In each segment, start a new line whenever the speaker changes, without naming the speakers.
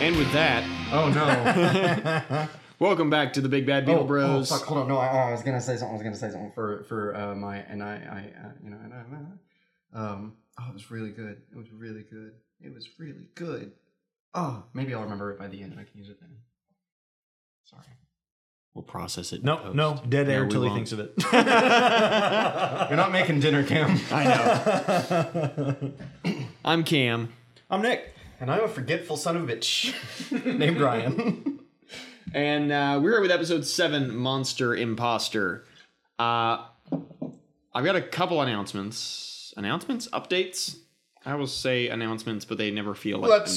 And with that,
Oh no.
welcome back to the Big Bad Beetle
oh,
Bros.
Oh, fuck, hold on. No, I, oh, I was gonna say something. I was gonna say something for for uh, my and I I uh, you know and I uh, um oh it was really good. It was really good. It was really good. Oh, maybe I'll remember it by the end and I can use it then. Sorry.
We'll process it. in
No,
post.
no, dead
No,
air
we
till he
won't.
thinks of it.
You're not making dinner, Cam.
I know. I'm Cam.
I'm Nick.
and I'm a forgetful son of a bitch named Ryan.
And uh, we're here with episode seven, Monster Imposter. Uh, I've got a couple announcements. Announcements? Updates? I will say announcements, but they never feel like announcements.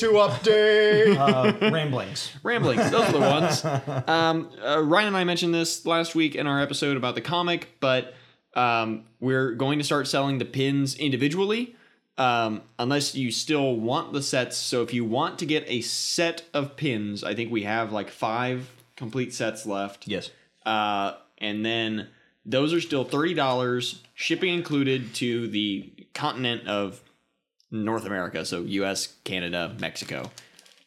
to update uh, ramblings.
Ramblings, those are the ones. Um, uh, Ryan and I mentioned this last week in our episode about the comic, but um, we're going to start selling the pins individually, um, unless you still want the sets. So if you want to get a set of pins, I think we have like five complete sets left.
Yes.
Uh, and then those are still $30, shipping included to the continent of North America, so US, Canada, Mexico.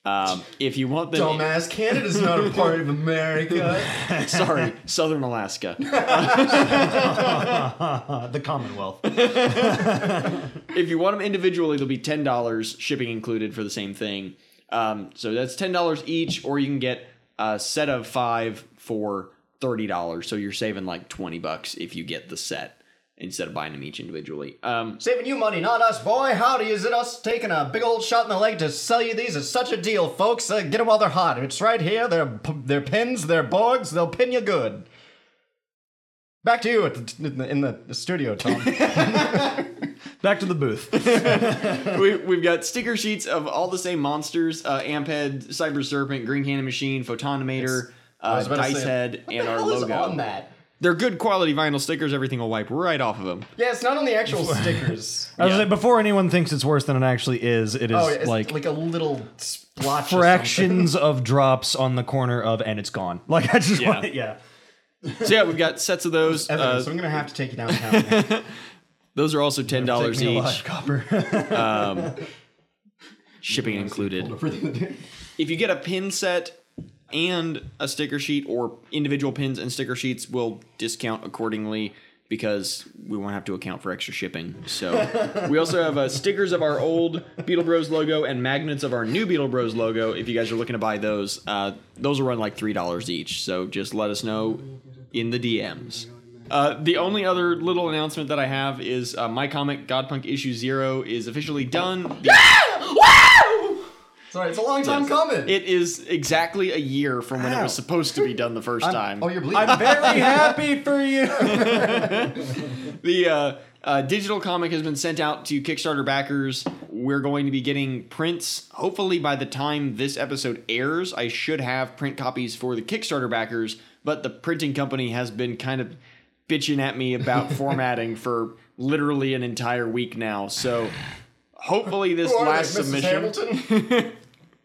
Um, if you want them,
Dumbass, Canada's not a part of America.
sorry, Southern Alaska.
Uh, the Commonwealth.
if you want them individually, they'll be ten dollars shipping included for the same thing. Um, so that's ten dollars each, or you can get a set of five for thirty dollars. So you're saving like twenty bucks if you get the set instead of buying them each individually. Um,
Saving you money, not us, boy. Howdy, is it us taking a big old shot in the leg to sell you these? Is such a deal, folks. Uh, get them while they're hot. It's right here. They're, p- they're pins, they're borgs, they'll pin you good. Back to you at the t- in, the, in the studio, Tom.
Back to the booth.
we, we've got sticker sheets of all the same monsters: uh, Amped, Cyber Serpent, Green Cannon Machine, Photonomator, uh,
was about to
Dice
say,
Head, and our
What the hell is
logo.
on that?
They're good quality vinyl stickers. Everything will wipe right off of them.
Yeah, it's not on the actual stickers.
I was
Yeah.
like, before anyone thinks it's worse than it actually is, it is
Oh, it's
like,
like, a little splotch. or
fractions of drops on the corner of, and it's gone. Like I just
Yeah.
want, yeah.
So yeah, we've got sets of those.
something.
Uh,
so I'm gonna have to take you downtown.
Those are also ten dollars
me
each,
Copper.
shipping included.
For the-
If you get a pin set and a sticker sheet, or individual pins and sticker sheets, we'll discount accordingly because we won't have to account for extra shipping. So we also have uh, stickers of our old Beetle Bros logo and magnets of our new Beetle Bros logo. If you guys are looking to buy those, uh, those will run like three dollars each. So just let us know in the DMs. Uh, the only other little announcement that I have is uh, my comic Godpunk issue zero is officially done. The-
Sorry, it's a long time coming.
It is exactly a year from when it
Ow.
was supposed to be done the 1st time.
Oh, you're bleeding.
I'm very happy for you.
the uh, uh, digital comic has been sent out to Kickstarter backers. We're going to be getting prints. Hopefully, by the time this episode airs, I should have print copies for the Kickstarter backers. But the printing company has been kind of bitching at me about formatting for literally an entire week now. So hopefully, this
Who are they,
last
Mrs.
submission.
Hamilton? Oh,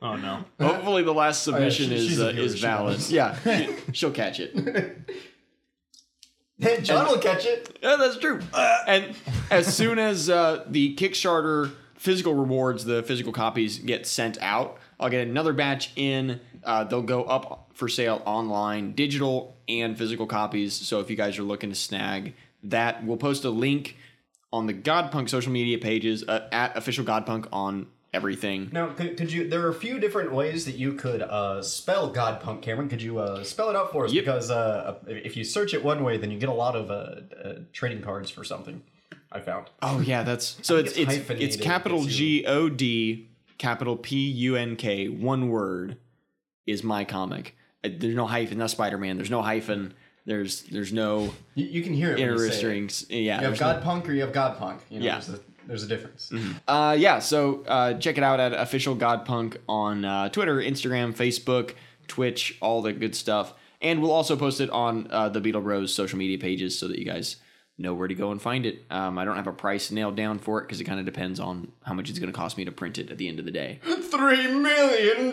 Oh no.
Hopefully, the last submission
she-
is
she's a
uh,
viewer,
is
she
valid.
knows.
Yeah, she- she'll catch it.
Hey, John will catch it.
Yeah, that's true. And as soon as uh, the Kickstarter physical rewards, the physical copies get sent out, I'll get another batch in. Uh, they'll go up for sale online, digital and physical copies. So if you guys are looking to snag that, we'll post a link on the Godpunk social media pages uh, at official Godpunk on everything.
Now, could, could you? There are a few different ways that you could uh, spell God Punk, Cameron. Could you uh, spell it out for us?
Yep.
Because uh, if you search it one way, then you get a lot of uh, uh, trading cards for something. I found.
Oh yeah, that's so it's
it's
it's
hyphenated.
it's capital
It's
G O D capital P U N K one word is my comic. Uh, There's no hyphen. That's Spider Man. There's no hyphen. There's there's no
You, you can hear it. When you, say it.
interesting. Yeah,
you have
there's no-
God Punk or you have God Punk. You know,
Yeah.
There's a, there's a difference.
Uh, yeah, so uh, check it out at official Godpunk on uh, Twitter, Instagram, Facebook, Twitch, all the good stuff. And we'll also post it on uh, the Beetle Bros social media pages so that you guys know where to go and find it. Um, I don't have a price nailed down for it because it kind of depends on how much it's going to cost me to print it at the end of the day.
Three million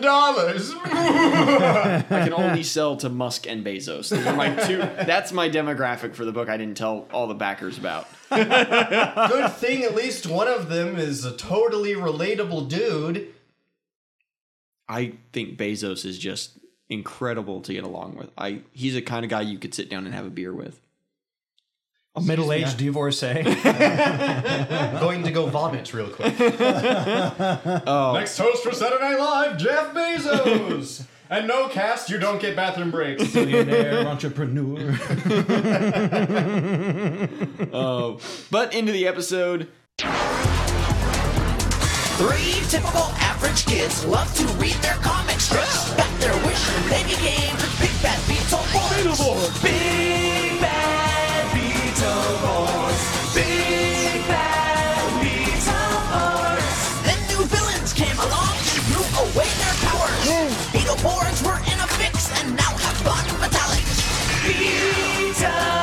dollars.
I can only sell to Musk and Bezos. Those are my two. That's my demographic for the book. I didn't tell all the backers about.
Good thing at least one of them is a totally relatable dude.
I think Bezos is just incredible to get along with. I he's the kind of guy you could sit down and have a beer with.
A middle aged divorcee.
I'm going to go vomit real quick.
Oh.
Next host for Saturday Night Live, Jeff Bezos. and no cast, you don't get bathroom breaks.
Billionaire entrepreneur.
Uh, But into the episode.
Three typical average kids love to read their comic strips. Got their wish and they became Big Bad Beetleborgs. Beetleborgs. Big Bad Beetleborgs. Big Bad Beetleborgs. Then new villains came along and blew away their powers. Beetleborgs were in a fix and now have gone metallic. Beetleborgs metallic. Beetleborgs metallic.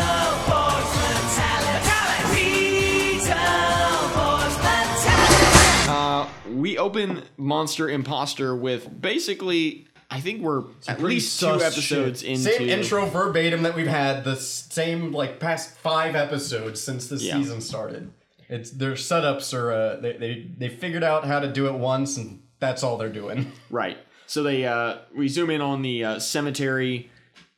we open Monster Imposter with basically, I think we're at least two
sus
episodes into
Same intro verbatim that we've had the s- same like past five episodes since this
Yeah.
season started. It's their setups are uh, they, they they figured out how to do it once and that's all they're doing.
Right. So they uh, we zoom in on the uh, cemetery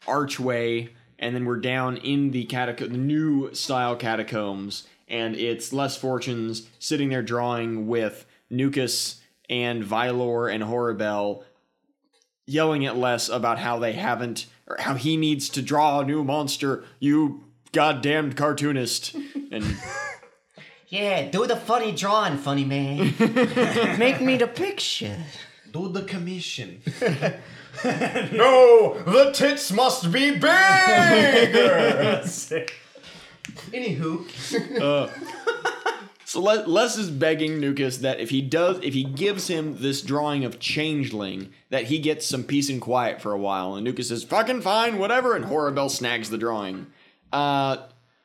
archway, and then we're down in the catacomb, the new style catacombs, and it's Les Fortunes sitting there drawing with Nukas and Vylor and Horribel, yelling at Les about how they haven't or how he needs to draw a new monster. You goddamned cartoonist! And
Yeah, do the funny drawing, funny man. Make me the picture.
Do the commission.
no, the tits must be bigger.
Anywho,
So Les, Les is begging Nukas that if he does, if he gives him this drawing of Changeling, that he gets some peace and quiet for a while. And Nukas says, "Fucking fine, whatever." And Horribel snags the drawing. Uh,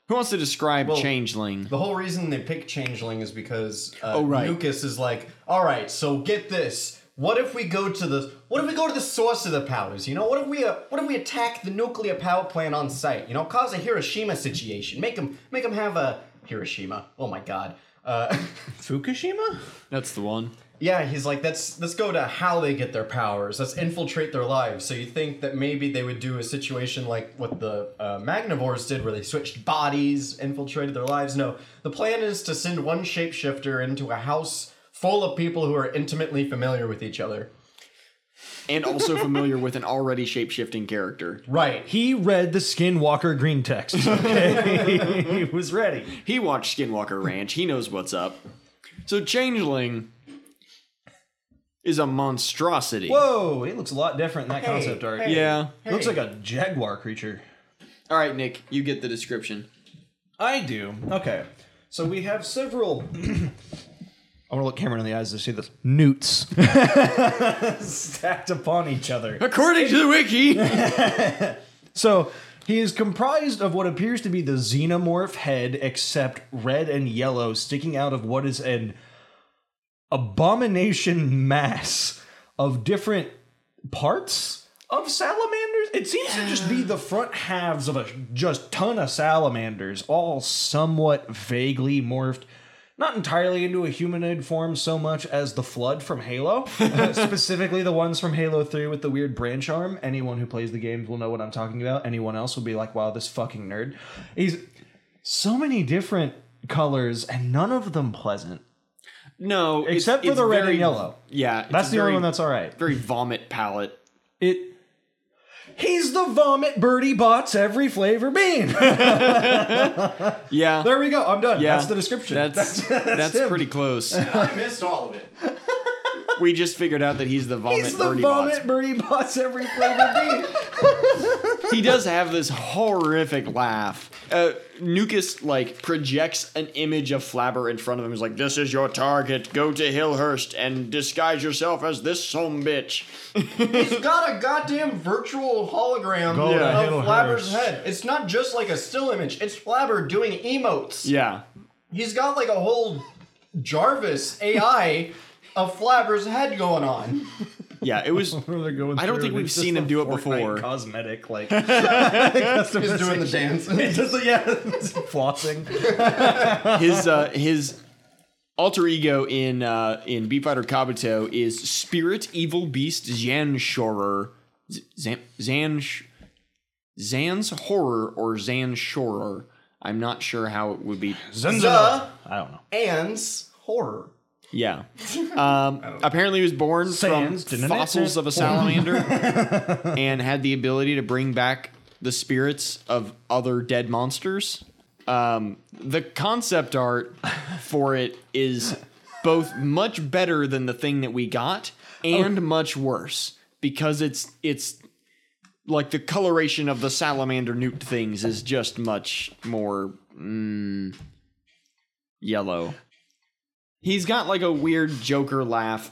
who wants to describe Changeling?
The whole reason they pick Changeling is because uh,
Oh, right.
Lucas is like, all right, so get this. What if we go to the What if we go to the source of the powers? You know, what if we uh, What if we attack the nuclear power plant on site? You know, cause a Hiroshima situation. Make them Make them have a Hiroshima. Oh my God. Uh,
Fukushima?
That's the one.
yeah, he's like, let's let's go to how they get their powers. Let's infiltrate their lives. So you think that maybe they would do a situation like what the uh, Magnivores did, where they switched bodies, infiltrated their lives? No, the plan is to send one shapeshifter into a house full of people who are intimately familiar with each other.
And also familiar with an already shape shifting character.
Right.
he read the Skinwalker green text. Okay. he was ready.
He watched Skinwalker Ranch. He knows what's up. So Changeling is a monstrosity.
Whoa, he looks a lot different in that concept art.
Yeah.
Looks like a jaguar creature.
All right, Nick, you get the description.
I do. Okay. So we have several
I want to look Cameron in the eyes to see this. Newts
stacked upon each other.
According to the wiki.
So he is comprised of what appears to be the xenomorph head, except red and yellow, sticking out of what is an abomination mass of different parts of salamanders. It seems to just be the front halves of a just ton of salamanders, all somewhat vaguely morphed. Not entirely into a humanoid form so much as the Flood from Halo, Uh, specifically the ones from Halo 3 with the weird branch arm. Anyone who plays the games will know what I'm talking about. Anyone else will be like, wow, this fucking nerd. He's so many different colors and none of them pleasant.
No, it's-
Except for
it's
the red
very-
and yellow.
Yeah, it's
That's the
very-
only one that's all right.
very vomit palette.
It. He's the vomit birdie bots every flavor bean.
Yeah,
there we go. I'm done.
yeah.
That's the description.
That's that's,
him.
pretty close.
I missed all of it.
we just figured out that he's the vomit
He's the
birdie
vomit
bots.
birdie bots every flavor bean.
He does have this horrific laugh. Uh, Nukas like projects an image of Flabber in front of him. He's like, "This is your target. Go to Hillhurst and disguise yourself as this some bitch."
He's got a goddamn virtual hologram
Go to
of
Hill
Flabber's
House.
head. It's not just like a still image. It's Flabber doing emotes.
Yeah,
He's got like a whole Jarvis AI of Flabber's head going on.
yeah. It was.
They're going
I don't
through
think
and
we've
it's just
seen
the
him do it
Fortnite
before.
Cosmetic, like
He's doing the dance.
It does, yeah, it's flossing.
his uh, his alter ego in uh, in Beat Fighter Kabuto is Spirit Evil Beast Zanshorer, Z- Zan Zan Zan's Horror or Zanshorer. I'm not sure how it would be.
The
I don't know.
Ands horror.
Yeah. Um, apparently, he was born
Sans,
from
didn't it?
fossils of a salamander and had the ability to bring back the spirits of other dead monsters. Um, the concept art for it is both much better than the thing that we got
Oh.
and much worse because it's it's like the coloration of the salamander newt things is just much more mm, yellow. He's got like a weird Joker laugh.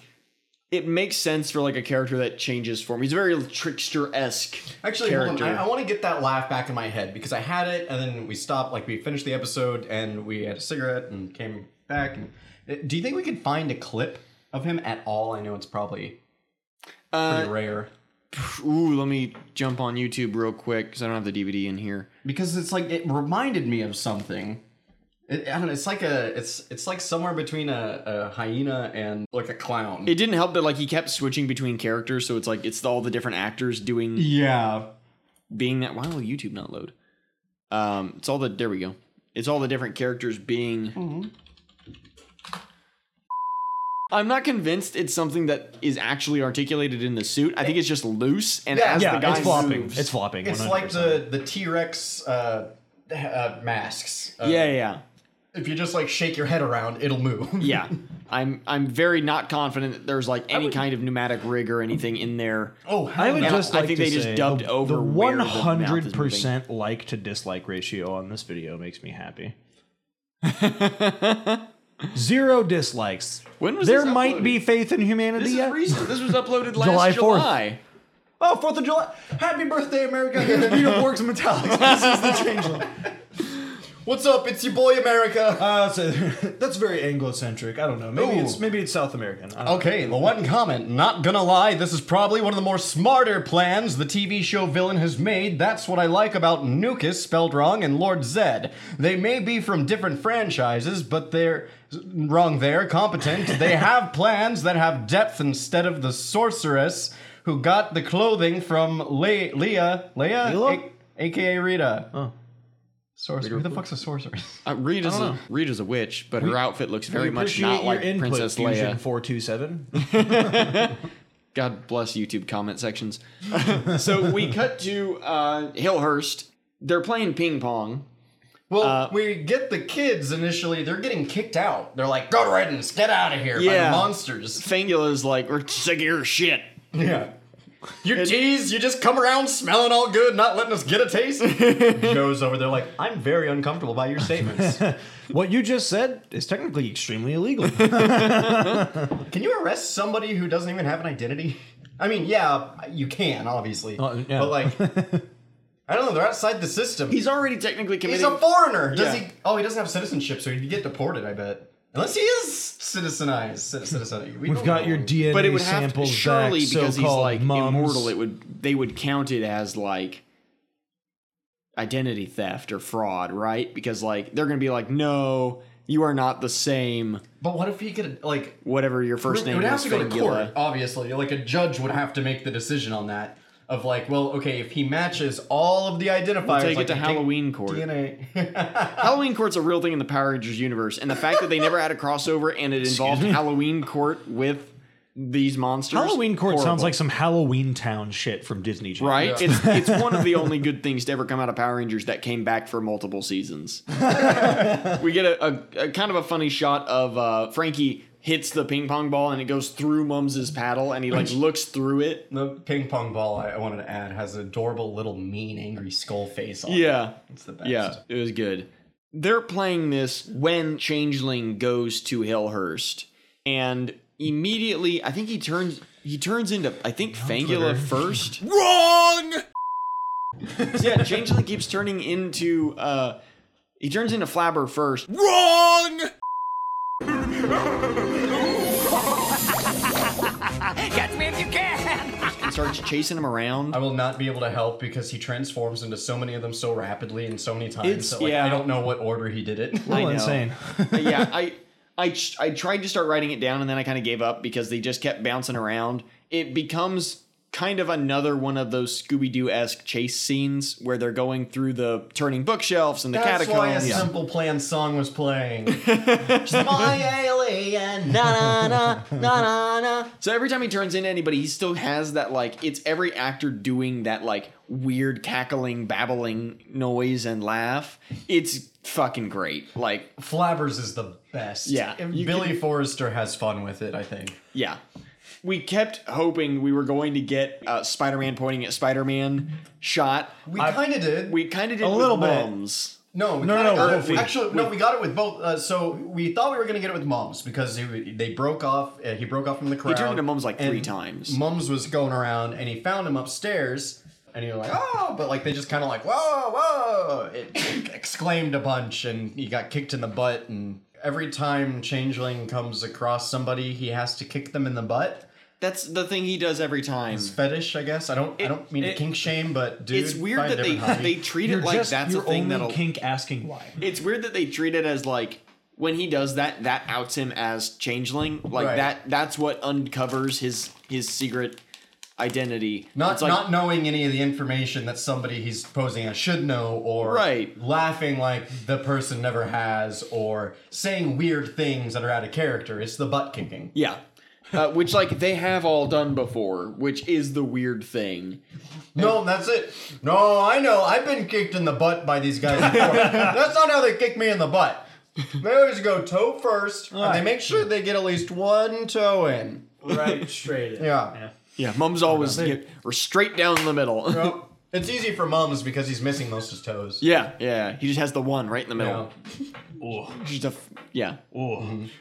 It makes sense for like a character that changes form. He's very trickster esque.
Actually, hold
character.
on. I, want to get that laugh back in my head because I had it, and then we stopped. Like we finished the episode, and we had a cigarette, and came back. And Uh, do you think we could find a clip of him at all? I know it's probably pretty rare
Ooh, let me jump on YouTube real quick because I don't have the DVD in here.
because it's like it reminded me of something. It, I don't know. It's like a. It's it's like somewhere between a, a hyena and like a clown.
It didn't help that like he kept switching between characters, so it's like it's all the different actors doing
yeah.
being that. Why will YouTube not load? Um, it's all the there we go. It's all the different characters being. I'm not convinced it's something that is actually articulated in the suit. I think it's just loose, and
Yeah,
as
Yeah,
the guy
it's flopping.
moves-
It's flopping.
It's
100%.
like the the T Rex uh, uh, masks. Uh,
yeah, yeah, yeah.
If you just like shake your head around, it'll move.
Yeah. I'm I'm very not confident that there's like any kind of pneumatic rig or anything in there.
Oh,
I would
Yeah,
just.
I
Like
think
to
they just
say
dubbed
the,
over
the
where
one
the mouth is moving.
hundred percent like to dislike ratio on this video makes me happy. Zero dislikes.
When was
there
this
might be
uploaded?
faith in humanity?
This
yet?
is recent. This was uploaded last July.
July 4th.
Oh, Fourth of July! Happy birthday, America! Here's the beat of Works Metallics. This is the changeling. What's up? It's your boy, America.
Uh, so- that's very Anglocentric. I don't know. Maybe
Ooh.
it's maybe it's South American.
Oh,
I don't know.
Okay, the one comment. Not gonna lie, this is probably one of the more smarter plans the TV show villain has made. That's what I like about Nukas, spelled wrong, and Lord Zed. They may be from different franchises, but they're wrong. They're competent. they have plans that have depth instead of the sorceress who got the clothing from Le- Leah. Leah,
Leela?
A- aka Rita. Sorcerer. Who the fuck's a sorceress?
Uh, Reed is a, Reed is a witch, but her outfit looks very
We
much
appreciate
not
your
like
input,
Princess
Fusion
Leia.
427.
God bless YouTube comment sections. so we cut to uh, Hillhurst. They're playing ping pong.
Well, we get the kids initially. They're getting kicked out. They're like, "Go riddance, get out of here!" By
Yeah.
the monsters.
Fangula's like, we're sick of your shit.
Yeah. You tease. You just come around smelling all good, not letting us get a taste. Joe's over there like, "I'm very uncomfortable by your statements.
what you just said is technically extremely illegal.
can you arrest somebody who doesn't even have an identity? I mean, yeah, you can obviously,
Uh, yeah.
but like, I don't know. They're outside the system.
He's already technically committing.
He's a foreigner. Does
Yeah.
he? Oh, he doesn't have citizenship, so he'd get deported. I bet. Unless he is citizenized, Citi- citizen. We
We've
don't
got
know.
your DNA
but it would have to,
samples
surely
back,
because he's
so-called
like
mums.
immortal. It would they would count it as like identity theft or fraud, right? Because like they're gonna be like, no, you are not the same.
But what if he could like?
Whatever your first
It
name
would have
is,
to go to court,
Fangula.
obviously. Like a judge would have to make the decision on that. Of like, well, okay, if he matches all of the identifiers,
Take
like
it to
you
Halloween court.
DNA.
Halloween court's a real thing in the Power Rangers universe, and the fact that they never had a crossover and it involved
me?
Halloween court with these monsters.
Halloween Court sounds
horrible.
like some Halloween Town shit from Disney Channel.
Right? It's it's one of the only good things to ever come out of Power Rangers that came back for multiple seasons. we get a, a, a kind of a funny shot of uh, Frankie hits the ping pong ball and it goes through Mums' paddle and he like looks through it.
the ping pong ball I, I wanted to add has an adorable little mean, angry skull face on. it.
Yeah.
it's the best.
Yeah, it was good. They're playing this when Changeling goes to Hillhurst and immediately I think he turns he turns into I think Fangula first.
Wrong!
yeah, Changeling keeps turning into uh he turns into Flabber first.
Wrong!
Catch me if you can!
starts chasing him around.
I will not be able to help because he transforms into so many of them so rapidly and so many times
It's-
that like
yeah.
I don't know what order he did it.
I know.
insane.
Uh, yeah, I I ch- I tried to start writing it down and then I kind of gave up because they just kept bouncing around. It becomes kind of another one of those Scooby Doo esque chase scenes where they're going through the turning bookshelves and the
That's why a
catacombs.
simple plan song was playing. Just my alien.
Na na na na na na.
So every time he turns into anybody, he still has that like it's every actor doing that like weird cackling, babbling noise and laugh. It's fucking great. Like
Flabbers is the best.
Yeah,
And
you
Billy Forrester has fun with it, I think.
yeah. We kept hoping we were going to get uh, Spider-Man pointing at Spider-Man shot.
We kind of did.
We kind of did a
little bit.
mums.
no, we
No,
kinda
no,
got it-
Wolfie.
Actually, no, we got it with both. Uh, so we thought we were gonna get it with Mums because he, they broke off. Uh, he broke off from the crowd.
turned into Mums like
Um, and
three times.
Mums was going around, and he found him upstairs. And he was like, oh, but like they just kind of like, whoa, whoa! It, it exclaimed a bunch, and he got kicked in the butt. And every time Changeling comes across somebody, he has to kick them in the butt.
That's the thing he does every time.
It's fetish, I guess. I don't, I
It-
don't mean
it-
to kink shame, but dude,
It's weird
find a
that they
different hobby.
they treat it
You're
like
just
that's a
your
thing
only
that'll
kink asking why.
it's weird that they treat it as like when he does that that outs him as changeling like
Right.
that that's what uncovers his his secret identity
Not
It's like
not knowing any of the information that somebody he's posing as should know, or
Right.
laughing like the person never has, or saying weird things that are out of character. It's the butt kicking.
yeah uh, which like they have all done before which is the weird thing
No, that's it. No, I know. I've been kicked in the butt by these guys before. that's not how they kick me in the butt. They always go toe first, and they make sure they get at least one toe in.
Right, straight in.
Yeah.
yeah mums always get or straight down the middle
Well, it's easy for mums because he's missing most of his toes.
yeah yeah he just has the one right in the middle
Yeah.
just a f- yeah.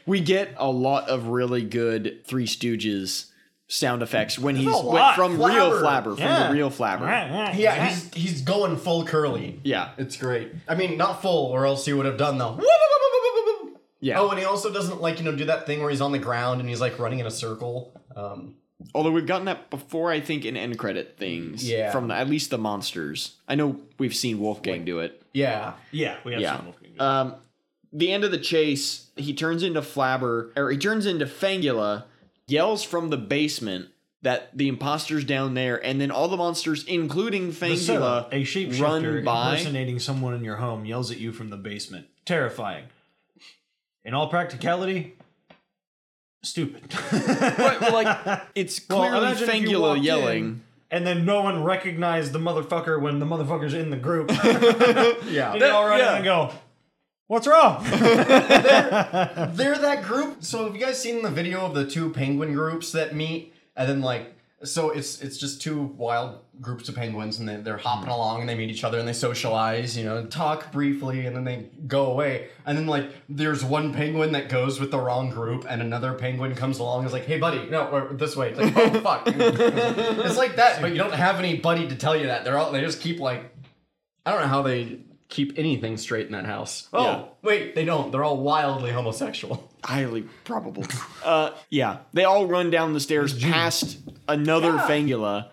We get a lot of really good Three Stooges sound effects when he's went
lot.
from real flabber from
Yeah.
the real flabber.
Yeah, he's he's going full curly.
Yeah.
It's great. I mean, not full, or else he would have done though.
Yeah.
Oh, and he also doesn't like you know do that thing where he's on the ground and he's like running in a circle. Um,
Although we've gotten that before, I think in end credit things.
Yeah.
From the, at least the monsters. I know we've seen Wolfgang do it.
yeah,
Yeah, we have
Yeah.
some looking good.
Um, the end of the chase, he turns into Flabber, or he turns into Fangula, yells from the basement that the imposter's down there, and then all the monsters, including Fangula,
Priscilla, a shapeshifter
run by.
impersonating someone in your home, yells at you from the basement. Terrifying. In all practicality, stupid.
But, like it's clearly
imagine if you
Fangula
walked
yelling.
in and then no one recognized the motherfucker when the motherfucker's in the group.
yeah.
and you all run in
yeah.
and go, "What's wrong?"
They're that group. So have you guys seen the video of the two penguin groups that meet and then like so it's it's just two wild groups of penguins and they, they're hopping along and they meet each other and they socialize, you know, and talk briefly and then they go away. And then like there's one penguin that goes with the wrong group and another penguin comes along and is like, "Hey buddy, no, we're this way." It's like, "Oh fuck." it's like that, but you don't have anybody to tell you that. They're all they just keep like I don't know how they keep anything straight in that house. Oh,
Yeah.
wait, they don't. They're all wildly homosexual.
highly probable. uh, yeah, they all run down the stairs past another Fangula,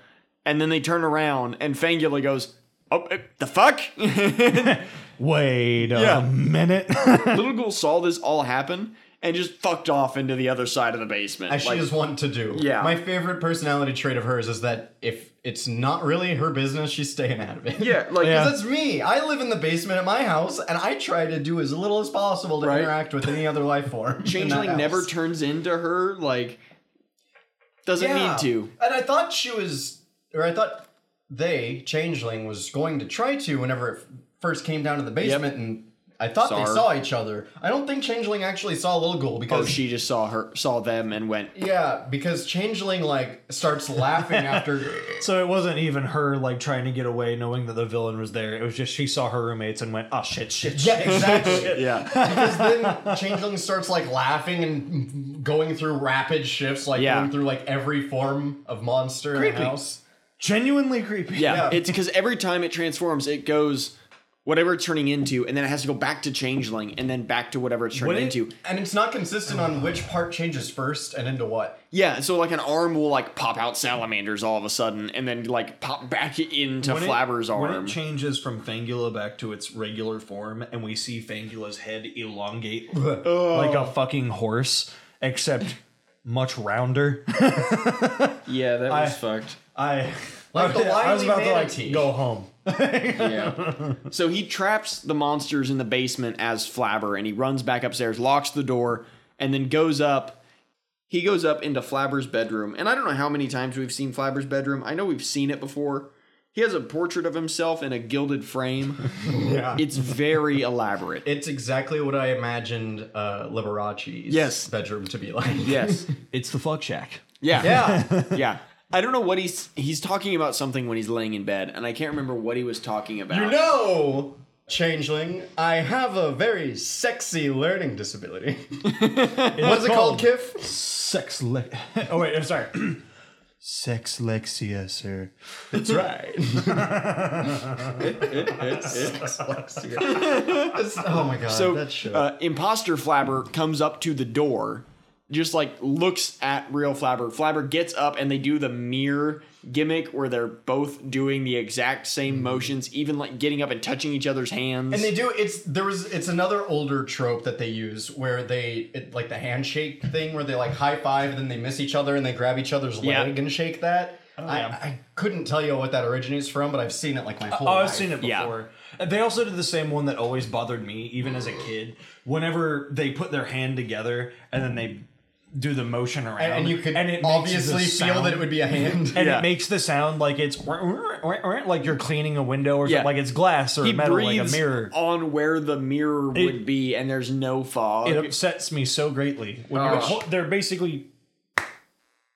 and then they turn around, and Fangula goes, "Oh, eh, the fuck!"
Wait a
Yeah.
minute.
Little Ghoul saw this all happen and just fucked off into the other side of the basement.
As she is wont to do.
Yeah.
My favorite personality trait of hers is that if it's not really her business, she's staying out of it.
yeah, like
Yeah.
That's me. I live in the basement at my house, and I try to do as little as possible to
Right.
interact with any other life form. in that
Changeling never
house.
turns into her. Like doesn't
Yeah.
need to.
And I thought she was, or I thought they, Changeling, was going to try to whenever it f- first came down to the basement, and I thought
Saw
they
her.
saw each other. I don't think Changeling actually saw Little Ghoul
Oh,
because
she just saw her, saw them, and went.
yeah, because Changeling like starts laughing after.
so it wasn't even her like trying to get away, knowing that the villain was there. It was just she saw her roommates and went, "Oh shit, shit, shit."
Yeah, exactly.
Yeah,
Because then Changeling starts like laughing and going through rapid shifts, like
Yeah.
going through like every form of monster in the house.
Genuinely creepy.
yeah.
Yeah.
It's because every time it transforms, it goes whatever it's turning into, and then it has to go back to changeling, and then back to whatever it's turning into.
And it's not consistent on which part changes first and into what.
Yeah, so like an arm will like pop out salamanders all of a sudden, and then like pop back into
When it-
Flabber's
When
arm.
it changes from Fangula back to its regular form, and we see Fangula's head elongate like a fucking horse, except much rounder.
Yeah, that was
I-
fucked.
I
Like the
Oh, I was
wily
about to
manatee.
like go home.
Yeah.
so he traps the monsters in the basement as Flabber, and he runs back upstairs, locks the door, and then goes up. He goes up into Flabber's bedroom, and I don't know how many times we've seen Flabber's bedroom. I know we've seen it before. He has a portrait of himself in a gilded frame.
Yeah.
It's very elaborate.
It's exactly what I imagined uh, Liberace's
Yes.
bedroom to be like.
yes.
It's the fuck shack.
Yeah.
Yeah.
Yeah. I don't know what he's he's talking about something when he's laying in bed, and I can't remember what he was talking about.
you know, changeling, I have a very sexy learning disability. What's it called, Kif?
Sex le- Oh wait, I'm sorry. Sex lexia, sir.
That's right. oh my god,
So,
that show.
uh, imposter Flabber comes up to the door, just like looks at real Flabber. Flabber gets up, and they do the mirror gimmick where they're both doing the exact same motions, even like getting up and touching each other's hands.
Mm-hmm. and they do it's there was it's another older trope that they use where they it, like the handshake thing where they like high five and then they miss each other and they grab each other's
Yeah. Oh,
leg and shake that. I, I couldn't tell you what that originates from, but I've seen it like
Uh,
my whole
Oh,
life.
I've seen it
Yeah.
before. And They also did the same one that always bothered me, even as a kid. Whenever they put their hand together and then they do the motion around,
and, and you could
Um, makes the
obviously feel
sound-
that it would be a hand.
and
Yeah.
it makes the sound like it's like you're cleaning a window or
Yeah.
something, like it's glass or
he
metal, like a
breathes
mirror.
on where the mirror
It-
would be, and there's no fog.
It upsets me so greatly when
Oh.
you're, hol- they're basically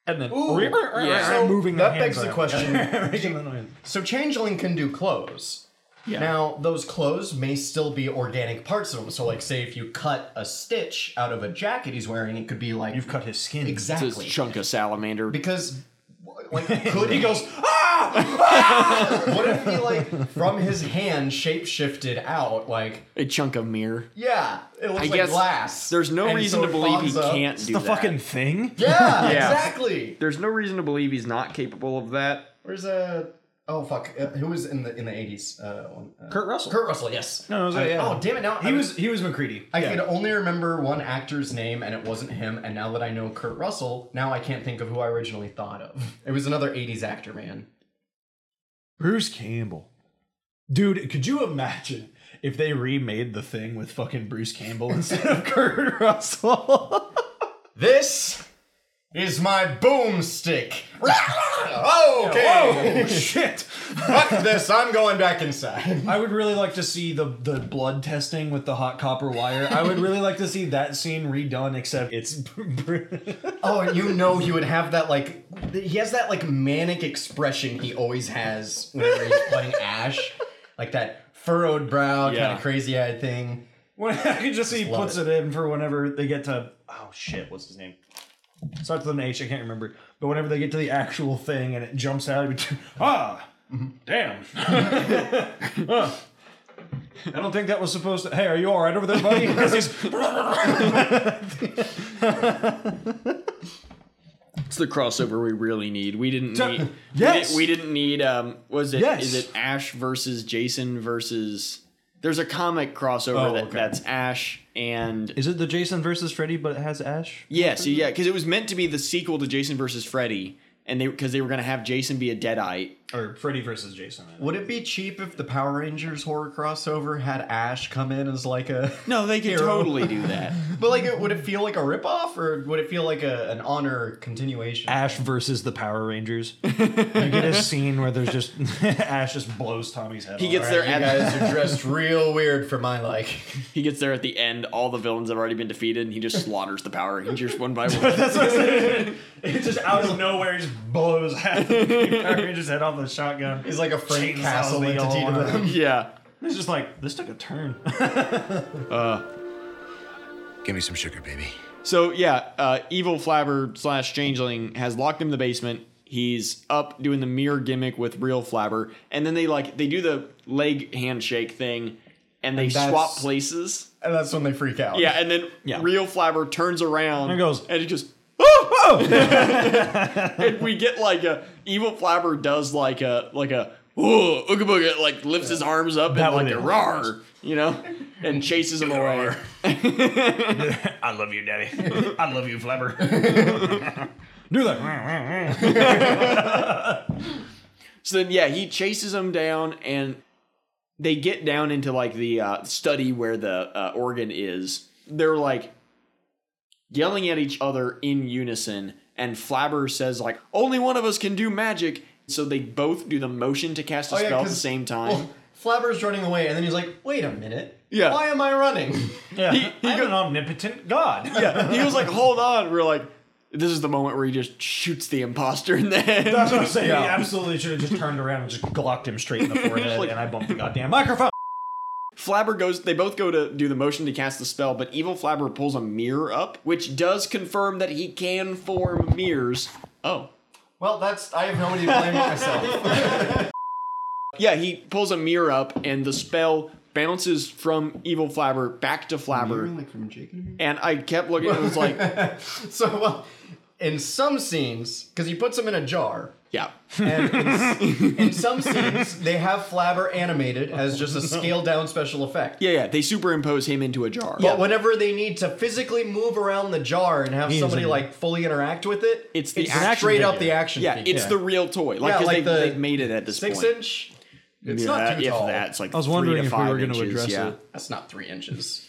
and then
So
moving their
that
hands
begs the
around.
question.
Making the noise.
so changeling can do clothes. Now those clothes may still be organic parts of them. So like say if you cut a stitch out of a jacket he's wearing, it could be like
You've cut his skin.
It's a
exactly
chunk of salamander.
because like could
He
he "Ah!
goes,
what if he like from his hand shapeshifted out like
a chunk of mirror.
yeah it looks
I
like
guess
glass.
There's no
And
reason
so
to
it
believe he
fogs up.
can't do
the
that.
fucking thing.
Yeah,
Yeah.
exactly.
There's no reason to believe he's not capable of that.
Where's a oh fuck uh, who was in the in the eighties? Uh, one, uh,
Kurt Russell.
Kurt Russell, yes.
No, it was, uh,
I-
yeah.
Oh damn it! Now
He was he was McCready.
I
Yeah.
could only remember one actor's name, and it wasn't him. And now that I know Kurt Russell, now I can't think of who I originally thought of. It was another '80s actor, man.
Bruce Campbell. Dude, could you imagine if they remade the thing with fucking Bruce Campbell instead of Kurt Russell?
This is my boomstick. okay,
oh shit.
fuck this. I'm going back inside.
I would really like to see the the blood testing with the hot copper wire. I would really like to see that scene redone, except it's
Oh, and you know he would have that like he has that like manic expression he always has whenever he's playing Ash, like that furrowed brow, kind
Yeah.
of crazy eyed thing.
when I could just see he
love
puts
it.
it. in for whenever they get to oh shit, what's his name? Starts with an H, I can't remember. But whenever they get to the actual thing and it jumps out, it'd be, ah, damn. Ah. I don't think that was supposed to. Hey, are you all right over there, buddy? 'Cause he's-
It's the crossover we really need. We didn't
So-
need.
Yes.
We, did, not need. Um, was it? Is
Yes.
it Ash versus Jason versus? There's a comic crossover
Oh,
that,
okay.
that's Ash and
Is it the Jason versus Freddy, but it has Ash?
yes, yeah, because it was meant to be the sequel to Jason versus Freddy, and they because they were gonna have Jason be a Deadite.
Or Freddy versus Jason? I
Would it be cheap if the Power Rangers horror crossover had Ash come in as like a?
No, they could
Hero.
totally do that.
But like, it- would it feel like a ripoff, or would it feel like a, an honor continuation?
Ash versus the Power Rangers. you get a scene where there's just Ash just blows Tommy's head.
He
off.
gets
All
there
right, you
at
guys are dressed real weird for my like.
he gets there at the end. All the villains have already been defeated, and he just slaughters the Power Rangers one by one.
It's just out of nowhere, just blows half the Power Rangers head off with a shotgun.
He's like a Frank
Chainsaws
Castle
the
entity to
yellow one.
them.
yeah.
It's just like this took a turn.
Give me some sugar, baby.
So yeah, uh, evil flabber slash changeling has locked him in the basement. He's up doing the mirror gimmick with real Flabber, and then they like they do the leg handshake thing, and they
And that's-
swap places.
And that's when they freak out.
Yeah, and then real Flabber turns around
And goes- "Oh,
and he just and we get like a evil Flabber does like a like a ooh ooga booga like lifts his arms up
That
and
would
like a
be
roar, you know, and chases him away.
I love you, Daddy. I love you, Flabber.
Do that.
So then, yeah, he chases them down, and they get down into like the uh, study where the uh, organ is. They're like yelling at each other in unison, and Flabber says like, "Only one of us can do magic." So they both do the motion to cast a
Oh, yeah,
spell at the
'cause-
same time.
Well, Flabber's running away, and then he's like, wait a minute.
Yeah.
Why am I running?
Yeah.
He- he
I'm
go-
an omnipotent god.
yeah, he was like, "Hold on," we're like. This is the moment where he just shoots the imposter in the head.
That's what I'm saying. He absolutely should have just turned around and just glocked him straight in the forehead, and I bumped the goddamn microphone.
Flabber goes, they both go to do the motion to cast the spell, but Evil Flabber pulls a mirror up, which does confirm that he can form mirrors. Oh.
well, that's. I have nobody to blame but myself.
Yeah, he pulls a mirror up, and the spell bounces from Evil Flabber back to Flabber.
Like from Jake and
And I kept looking, and it was like,
So, well, in some scenes, because he puts him in a jar.
yeah.
And in, s- in some scenes, they have Flabber animated as just a scaled down special effect.
Yeah, yeah, they superimpose him into a jar.
But whenever they need to physically move around the jar and have
is
somebody
in-
like fully interact with it,
It's the
straight
action
up
figure.
the action.
Yeah,
figure.
it's the real toy. Like,
Yeah,
'cause
like
they,
the
they've made it at this
six
point.
inch. It's
Yeah,
not too
if
tall.
that, it's like
I was
three
wondering
to
if we
five
were gonna
inches,
address
yeah.
it.
That's not three inches.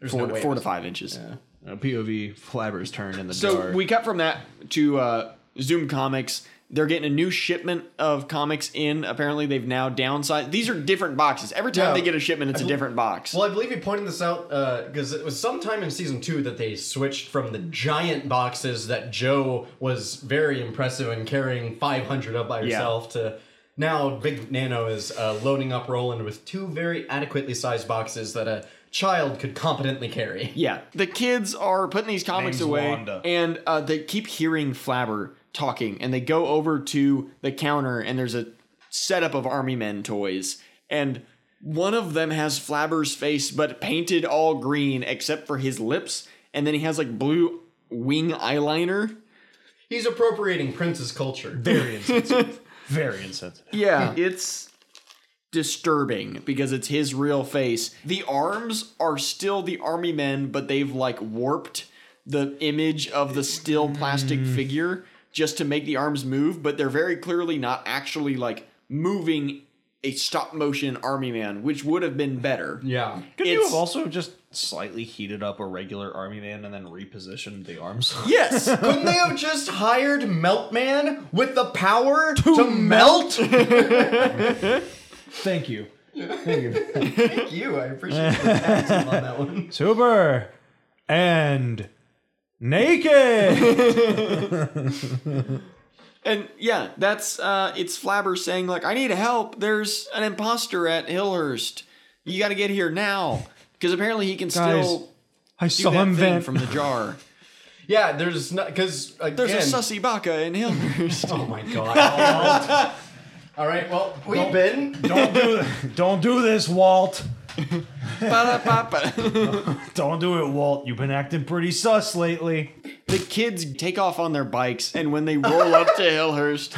There's
Four,
no
to-
way
four to
it's-
five inches.
POV Flabber's turn in the
So we cut from that to uh, Zoom Comics. They're getting a new shipment of comics in. Apparently, they've now downsized. These are different boxes. Every time
Yeah.
they get a shipment, it's a different box.
Well, I believe you pointed this out because it was sometime in season two that they switched from the giant boxes that Joe was very impressive in carrying 500 up by herself to now Big Nano is uh, loading up Roland with two very adequately sized boxes that a child could competently carry.
yeah, the kids are putting these comics
Name's
away,
Wanda.
and uh, they keep hearing Flabber talking, and they go over to the counter, and there's a setup of Army Men toys, and one of them has Flabber's face, but painted all green except for his lips, and then he has like blue wing eyeliner.
He's appropriating Prince's culture.
very insensitive. very insensitive.
Yeah. It's disturbing because it's his real face. The arms are still the army men, but they've like warped the image of the still plastic figure just to make the arms move, but they're very clearly not actually like moving a stop motion army man, which would have been better.
Yeah.
Could
you
you
It's-
have
have
also just slightly heated up a regular army man and then repositioned the arms?
Yes.
Couldn't they have just hired Meltman with the power to, melt?
Thank you.
Thank you. I appreciate the tag team on that one.
Super and naked.
And yeah, that's uh it's Flabber saying like I need help. There's an imposter at Hillhurst. You got to get here now because apparently he can
Guys,
still
I
do
saw
that
him
thing
vent
from the jar.
Yeah, there's not because again.
There's a sussy baka in Hillhurst.
oh my god. All right. Well, we've been.
Don't do, don't do this, Walt.
Ba-da-ba-ba.
Don't do it, Walt. You've been acting pretty sus lately.
the kids take off on their bikes, and when they roll up to Hillhurst,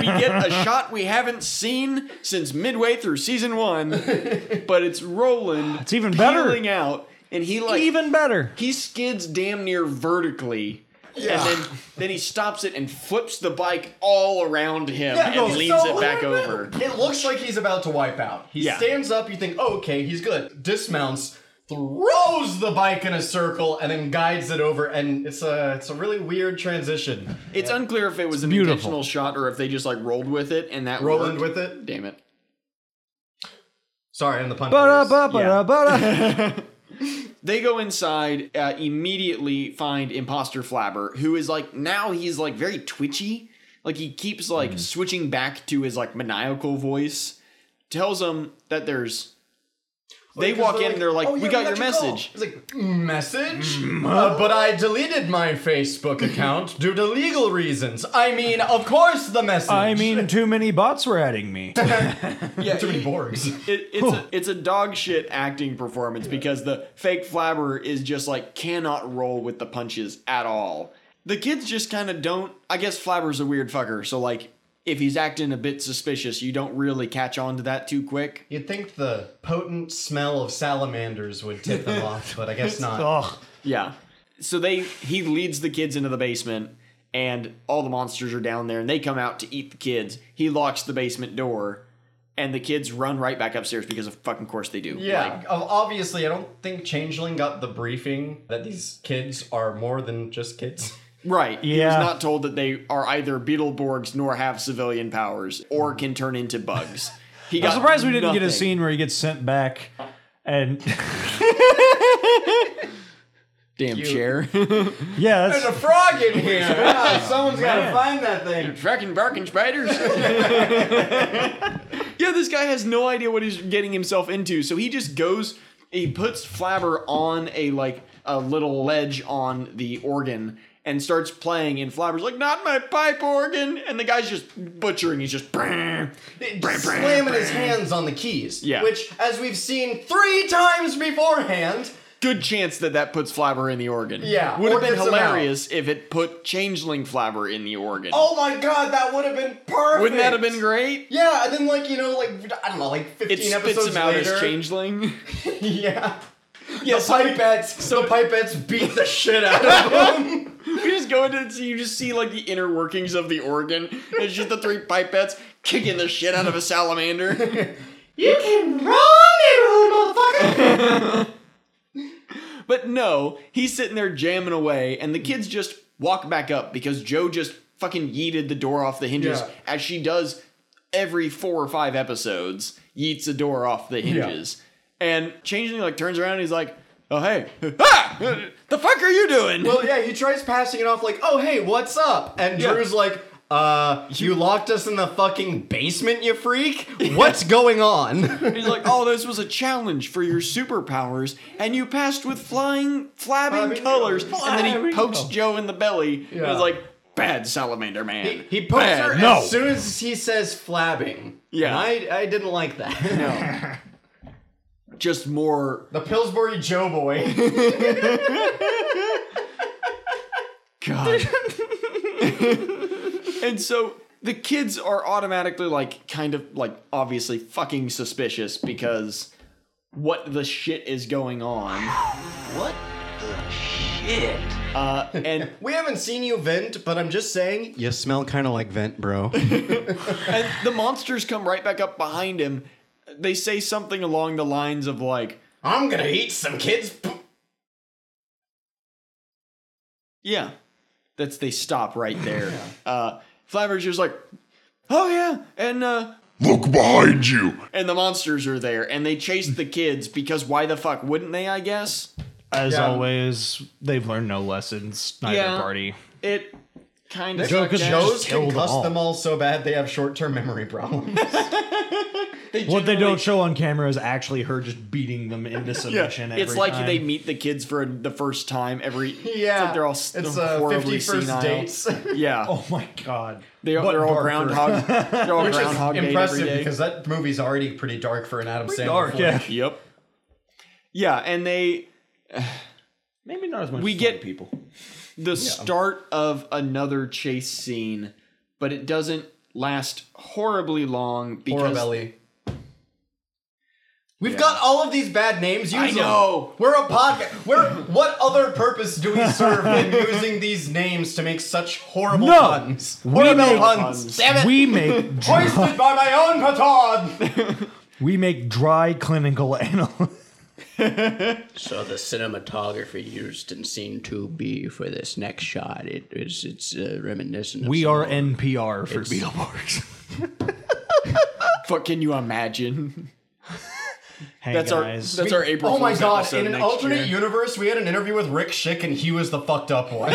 we get a shot we haven't seen since midway through season one. But it's Roland.
It's even better.
peeling out, and he like
Even better.
he skids damn near vertically. And then, then he stops it and flips the bike all around him
Yeah, he
and
goes,
leans
"So
it back
what
over.
It looks like he's about to wipe out. He
Yeah.
stands up. You think, oh, okay, he's good. Dismounts, throws the bike in a circle, and then guides it over. And it's a it's a really weird transition.
It's unclear if it was an
beautiful.
intentional shot or if they just like rolled with it and that
Roland
worked.
with it.
Damn it.
Sorry, and the pun. police.
Ba-da-ba-ba-da-ba-da.
They go inside, uh, immediately find Imposter Flabber, who is like, now he's like very twitchy. Like he keeps like switching back to his like maniacal voice. Tells them that there's They walk in, they're like,
"Oh,
"We
yeah,
got your
got your call."
message."
It's like, message? Uh, but I deleted my Facebook account due to legal reasons. I mean, of course, the message.
I mean, too many bots were adding me.
Yeah,
too many Borgs.
It, it's a, it's a dog shit acting performance because the fake flabber is just like cannot roll with the punches at all. The kids just kind of don't. I guess flabber's a weird fucker, so like if he's acting a bit suspicious, you don't really catch on to that too quick.
You'd think the potent smell of salamanders would tip them off, but I guess not.
Ugh.
Yeah. So they he leads the kids into the basement and all the monsters are down there and they come out to eat the kids. He locks the basement door and the kids run right back upstairs because of fucking course they do.
Yeah,
Like,
ob- obviously, I don't think Changeling got the briefing that these kids are more than just kids.
right. He was
Yeah.
not told that they are either Beetleborgs nor have civilian powers or can turn into bugs. He got
I'm surprised we didn't get a
nothing.
scene where he gets sent back and
Damn chair.
yeah, that's,
a frog in here! Yeah, someone's gotta find that thing.
Fracking barking spiders. yeah, this guy has no idea what he's getting himself into, so he just goes. He puts Flabber on a like a little ledge on the organ and starts playing, and Flabber's like, "Not my pipe organ!" And the guy's just butchering. He's just. "Brr."
Slamming his hands on the keys.
Yeah.
Which, as we've seen three times beforehand,
Good chance that that puts Flabber in the organ.
Yeah,
would
or
have been
gets him out.
hilarious if it put Changeling Flabber in the organ.
oh my god, that would have been perfect!
wouldn't that have been great?
Yeah, and then, like, you know, like, I don't know, like 15
It spits him
episodes
out
later.
as Changeling.
Yeah. Yeah, the pipettes, the pipettes beat the shit out of him.
You just go into it, so you just see like the inner workings of the organ. It's just the three pipettes kicking the shit out of a salamander.
you can run, you motherfucker!
But no, he's sitting there jamming away, and the kids just walk back up because Joe just fucking yeeted the door off the hinges
Yeah.
as she does every four or five episodes, yeets a door off the hinges. And changing like turns around and he's like, Oh hey, ah! the fuck are you doing?
Well, yeah, he tries passing it off like, "Oh, hey, what's up?" And
Yeah.
Drew's like, "Uh, you locked us in the fucking basement, you freak. What's going on?"
He's like, oh, this was a challenge for your superpowers, and you passed with flying, flabbing
Flabbing
colors.
colors.
And then he
Flabbing
pokes
colors.
Joe in the belly. And
Yeah.
was like, bad salamander man.
he he pokes her
Bad.
no.
as soon as he says "flabbing."
Yeah.
and I I didn't like that.
Just more.
the Pillsbury Joe boy.
God. and so the kids are automatically, like, kind of, like, obviously fucking suspicious because what the shit is going on.
what?
Uh, and
We haven't seen you vent, but I'm just saying you smell kind of like vent, bro.
and the monsters come right back up behind him. They say something along the lines of, like,
I'm gonna eat some kids. po-
Yeah. That's they stop right there. Uh Flavor's just like, Oh yeah, and uh
Look behind you.
and the monsters are there and they chase the kids because why the fuck wouldn't they, I guess?
as always, they've learned no lessons. Neither
Yeah.
party.
It kinda
Joe,
sucked
'cause
ass.
Joe's-
Those
Kill
can
them
cuss
all.
them all so bad they have short-term memory problems.
What they don't show on camera is actually her just beating them into
Yeah,
submission.
it's
every
like
time.
they meet the kids for the first time every It's
Yeah,
like they're all s-
it's, uh,
horribly
50 first
senile.
dates.
Yeah.
Oh my god!
they, are
But
all
darker.
groundhog they're all
Which is
groundhog Day every
impressive
day.
because that movie's already pretty dark for an Adam Sandler.
Dark.
film.
Yeah.
Yep. Yeah, and they
Maybe not as much.
We
as
get-
some people.
the start of another chase scene, but it doesn't last horribly long because
Porabelli. We've got all of these bad names. Use
I know.
Them. We're a podcast. We're what other purpose do we serve in using these names to make such horrible
No.
puns?
We
Horrible
make-
puns. Damn it!
We make
Hoisted by my own petard.
we make dry clinical analysis.
So the cinematography used in scene two B for this next shot, it is it's uh, reminiscent. Of
We
some-
are NPR for Beetleborgs.
Fuck, can you imagine?
Hey
That's our-
guys.
that's our April
Oh my
Fool's
god!
episode
In an
next
alternate
year.
universe, we had an interview with Rick Schick, and he was the fucked up one.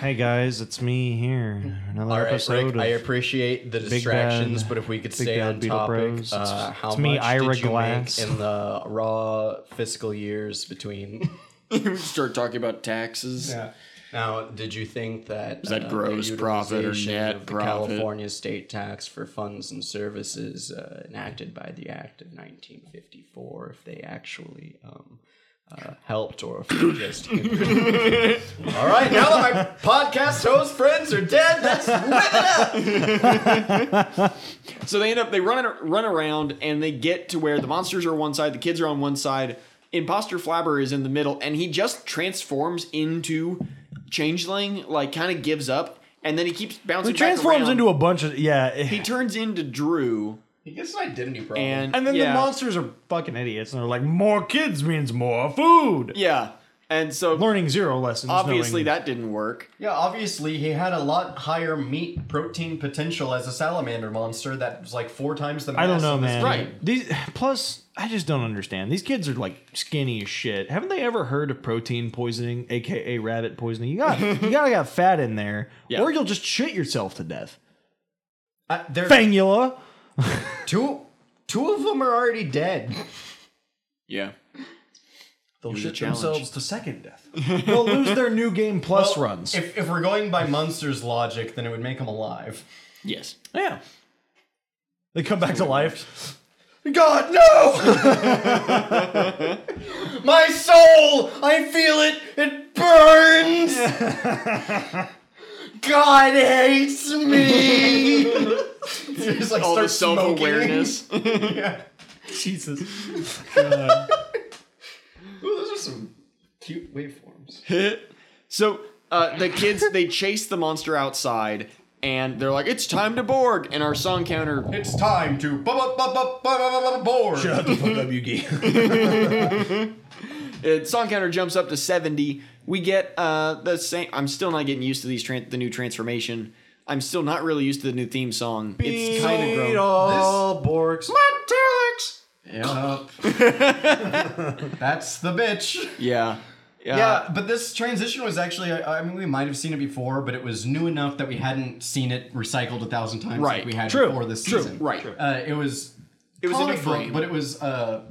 Hey guys, it's me here. Another
All right,
episode.
Rick,
of
I appreciate the
Big
distractions,
Bad-
but if we could
Big
stay
Bad
on
Beetle
topic,
Bros.
uh,
It's-
how
it's
much
me, Ira
did you
Glass.
make in the raw fiscal years between?
we start talking about taxes.
Now, did you think that
Is that
uh,
gross
the
profit or
utilization
net
of the
profit?
California state tax for funds and services uh, enacted by the Act of 1954, if they actually um, uh, helped or if they just hindered? All right, now that my podcast host friends are dead, let's live it up.
So they end up they run run around and they get to where the monsters are on one side, the kids are on one side, imposter Flabber is in the middle, and he just transforms into changeling, like kind of gives up, and then he keeps bouncing.
He transforms
back around.
into a bunch of yeah.
He turns into Drew,
He gets an identity problem.
and
and then
yeah,
the monsters are fucking idiots, and they're like, "More kids means more food."
Yeah, and so
Learning zero lessons.
obviously
knowing-
that didn't work.
Yeah, obviously he had a lot higher meat protein potential as a salamander monster that was like four times the mass.
I don't know,
of his-
man.
right.
These plus, I just don't understand. These kids are like skinny as shit. Haven't they ever heard of protein poisoning, aka rabbit poisoning? You got you gotta got fat in there,
Yeah.
or you'll just shit yourself to death.
Uh, there,
Fangula.
two, two of them are already dead.
Yeah,
They'll
was a
shit
challenge.
themselves to second death.
They'll lose their new game plus
Well,
runs.
If, if we're going by monsters logic, then it would make them alive.
yes.
yeah. They come back to life.
God, no! My soul! I feel it! It burns! God hates me! You just like
All
start
the self awareness.
Jesus. Ooh, those are some cute waveforms.
So uh, the kids they chase the monster outside, and they're like, "It's time to board." And our song counter
It's time to bu- bu- bu- bu- bu- bu- bu- board.
Uh, song counter jumps up to 70. We get uh, the same. I'm still not getting used to these tran the new transformation. I'm still not really used to the new theme song. It's kind of grown.
All Borgs. That's the bitch.
Yeah. Yeah.
Yeah, but this transition was actually, I, I mean, we might have seen it before, but it was new enough that we hadn't seen it recycled a thousand times
Right.
like we had
True.
before this
True.
season.
Right.
Uh, it was
It was in a
comic book,
frame.
but it was, uh,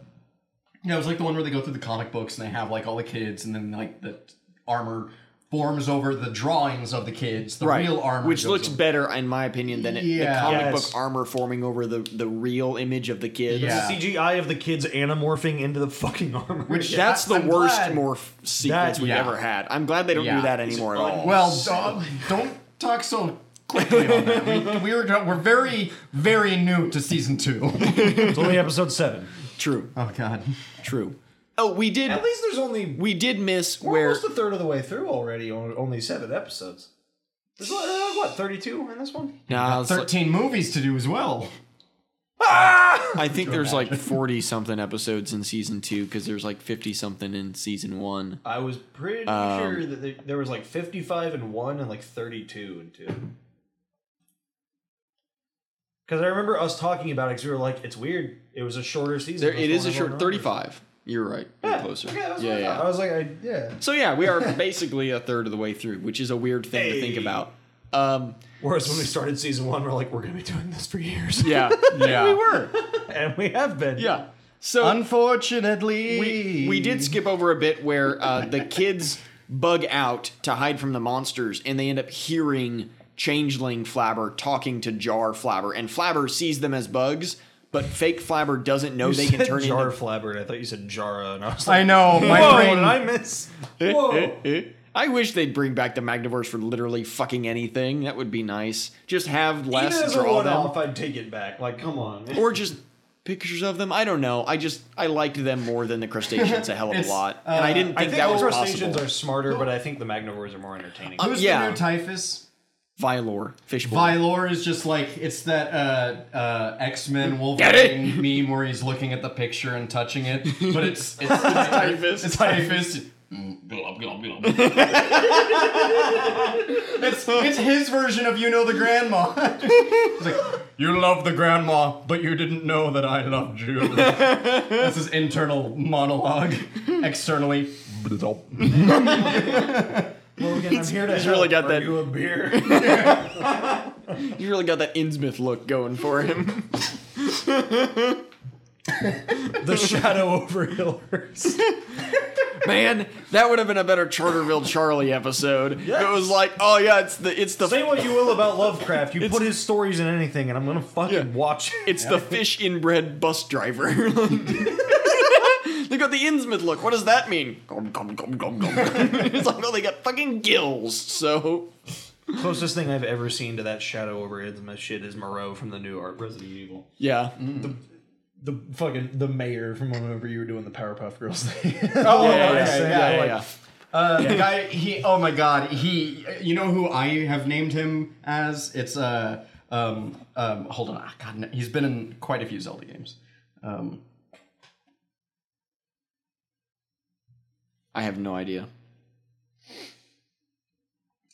you know, it was like the one where they go through the comic books and they have like all the kids and then like the armor forms over the drawings of the kids, the
Right.
real armor.
Which
goes
looks
over.
better, in my opinion, than it, the
Yeah.
comic
Yes.
book armor forming over the, the real image of the kids.
Yeah.
CGI of the kids anamorphing into the fucking armor.
Which
That's the
I- I'm
worst
glad-
morph sequence we've
yeah.
ever had. I'm glad they don't
Yeah.
do that anymore at all.
Well, uh, don't talk so quickly on that. We, we were, we're very, very new to season two.
it's only episode seven.
true.
Oh, God.
True. Oh, we did.
At least there's only
We did miss
we're
where.
almost a third of the way through already. On only seven episodes. There's like, uh, what 32 in this one?
Nah, it's like-
13 movies to do as well.
I think there's like 40 something episodes in season two because there's like 50 something in season one.
I was pretty
Um,
sure that there, there was like 55 and one and like 32 and two.
Because I remember us talking about it because we were like, it's weird. It was a shorter season.
There, it is a short 35. You're right. You're closer. yeah, yeah.
I was like, I, yeah.
So yeah, we are basically a third of the way through, which is a weird thing to think about. Um,
Whereas when we started season one, we're like, we're going to be doing this for years.
yeah, yeah, we were.
and we have been.
Yeah. So
Unfortunately,
we, we did skip over a bit where uh, the kids bug out to hide from the monsters and they end up hearing changeling flabber talking to jar flabber and flabber sees them as bugs but fake flabber doesn't know
You
they
said
can turn
Jar
into
Flabber. I thought you said Jara, and I was like,
I know my
Whoa,
brain.
did I miss? Whoa.
Oh. I wish they'd bring back the Magnivores for literally fucking anything. That would be nice. Just have less
Even as a
draw
one
them,
off, I'd take it back. Like, come on. man.
or just pictures of them. I don't know. I just I liked them more than the crustaceans a hell of a
It's,
lot, and I didn't
uh, I
think,
think
that
the
was
crustaceans
possible.
are smarter, but I think the Magnivores are more entertaining.
Who's
yeah.
the new typhus?
Vylor, fishbowl.
Vylor is just like it's that uh, uh, X Men Wolverine meme where he's looking at the picture and touching it, but it's it's, it's typhus. It's typhus. Mm, blah, blah, blah, blah. it's, it's his version of you know the grandma. It's like, You love the grandma, but you didn't know that I loved you. That's his internal monologue. Externally,
Logan, I'm here to
he's
help.
really got
Are
that-
you a beer?
You really got that Innsmouth look going for him.
the shadow over Hillhurst.
Man, that would have been a better Charterville Charlie episode. if It was like, oh yeah, it's the it's the
Say what you will about Lovecraft, you put his stories in anything, and I'm gonna fucking watch it.
it's the fish inbred bus driver. they got the Innsmouth look. What does that mean? Gum, gum, gum, gum, gum. it's like, well, they got fucking gills. So
closest thing I've ever seen to that shadow over Innsmouth shit is Moreau from the new art Resident Evil.
yeah,
The fucking the mayor from whenever you were doing the Powerpuff Girls thing.
Oh,
yeah,
okay,
yeah,
yeah,
yeah,
like-
yeah.
Uh, the guy, he, oh my god, he, you know who I have named him as? It's, uh, um, um, hold on, ah, god, no, he's been in quite a few Zelda games. Um,
I have no idea.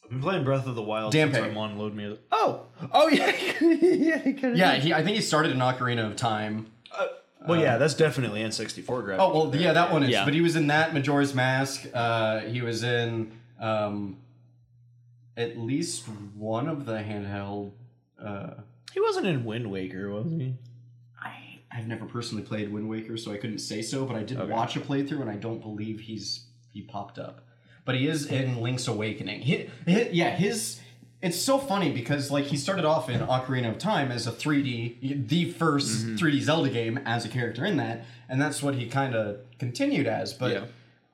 I've been playing Breath of the Wild
Damn
since
pig.
I'm on load music.
oh yeah, yeah, he, I think he started in Ocarina of Time.
Well,
Uh,
yeah, that's definitely N64 graphic.
Oh, well, yeah, that one is,
Yeah.
but he was in that Majora's Mask, uh, he was in, um, at least one of the handheld, uh,
he wasn't in Wind Waker, was he?
I, I've never personally played Wind Waker, so I couldn't say so, but I did watch a playthrough, and I don't believe he's he popped up. But he is in Link's Awakening. He, he- yeah, his. It's so funny because like he started off in Ocarina of Time as a 3D, the 1st 3D Zelda game as a character in that, and that's what he kind of continued as. But
Yeah.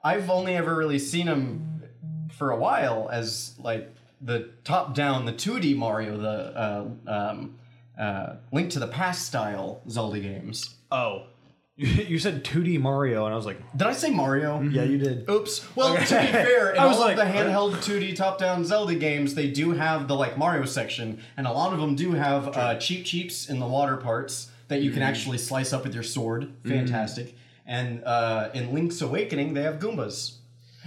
I've only ever really seen him for a while as like the top down, the 2D Mario, the uh, um, uh, Link to the Past style Zelda games.
Oh. You said 2D Mario, and I was like,
Did I say Mario?
Mm-hmm.
yeah, you did.
Oops. Well, to be fair, in
I was
all
like,
of the handheld 2D top-down Zelda games, they do have the like Mario section, and a lot of them do have uh, cheap cheaps in the water parts that you can
Mm.
actually slice up with your sword. Fantastic. And uh, in Link's Awakening, they have Goombas.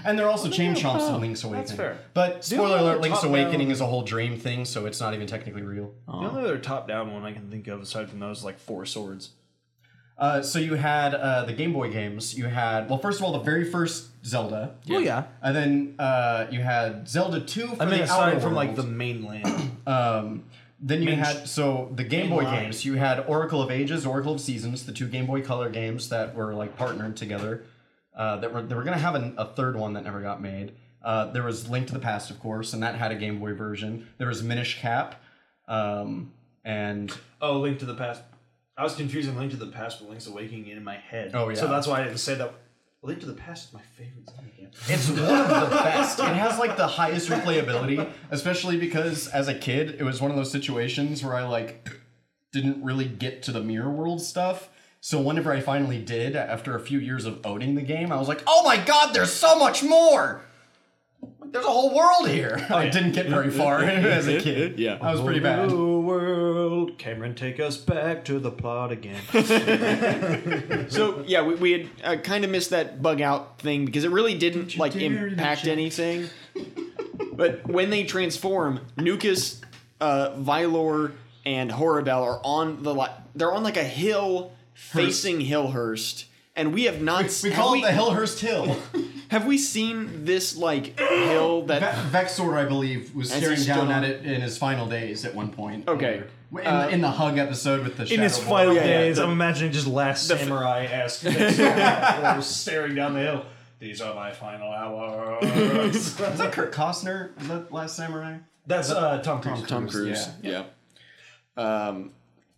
And they're also Chain Chomps in Link's Awakening.
fair.
But spoiler
have
alert,
the
Link's
top-down-
Awakening is a whole dream thing, so it's not even technically real.
The only other top down one I can think of aside from those is like Four Swords.
Uh, so you had uh, the Game Boy games. You had well, first of all, the very first Zelda.
Oh, yeah.
And then uh, you had Zelda 2 for
I mean,
the
aside
Outer
from like
Worlds.
the mainland.
Um, then you had so the Game Boy
line.
games. You had Oracle of Ages, Oracle of Seasons, the two Game Boy Color games that were like partnered together. Uh, that were they were gonna have an, a third one that never got made. Uh, there was Link to the Past, of course, and that had a Game Boy version. There was Minish Cap, um, and
oh, Link to the Past. I was confusing Link to the Past with Link's Awakening in my head.
Oh, yeah.
So that's why I didn't say that. Link to the Past is my favorite Zelda game.
It's one of the best. It has like the highest replayability, especially because as a kid, it was one of those situations where I like didn't really get to the mirror world stuff. So whenever I finally did, after a few years of owning the game, I was like, "Oh my god, there's so much more! Like, There's a whole world here." I didn't get very far as a kid.
Oh, Yeah.
I was pretty bad.
New world, Cameron, take us back to the plot again.
So yeah, we, we had uh, kind of missed that bug out thing because it really didn't like impact anything. but when they transform, Nukas, uh, Vylor, and Horabel are on the li- they're on like a hill facing Hillhurst, and we have not
We
have
call
we,
it the Hillhurst Hill.
have we seen this like hill that
Ve- Vexor, I believe, was
he
staring
still
down
on-
at it in his final days at one point.
Okay.
In, the, in the hug episode with the
in his
Shadow Ball.
final
Yeah, yeah,
days,
the-
I'm imagining just Last Samurai esque staring down the hill. These are my final hours.
Is that Kurt Costner? Is that Last Samurai?
That's uh, Tom Cruise.
Tom Cruise. Yeah. Um,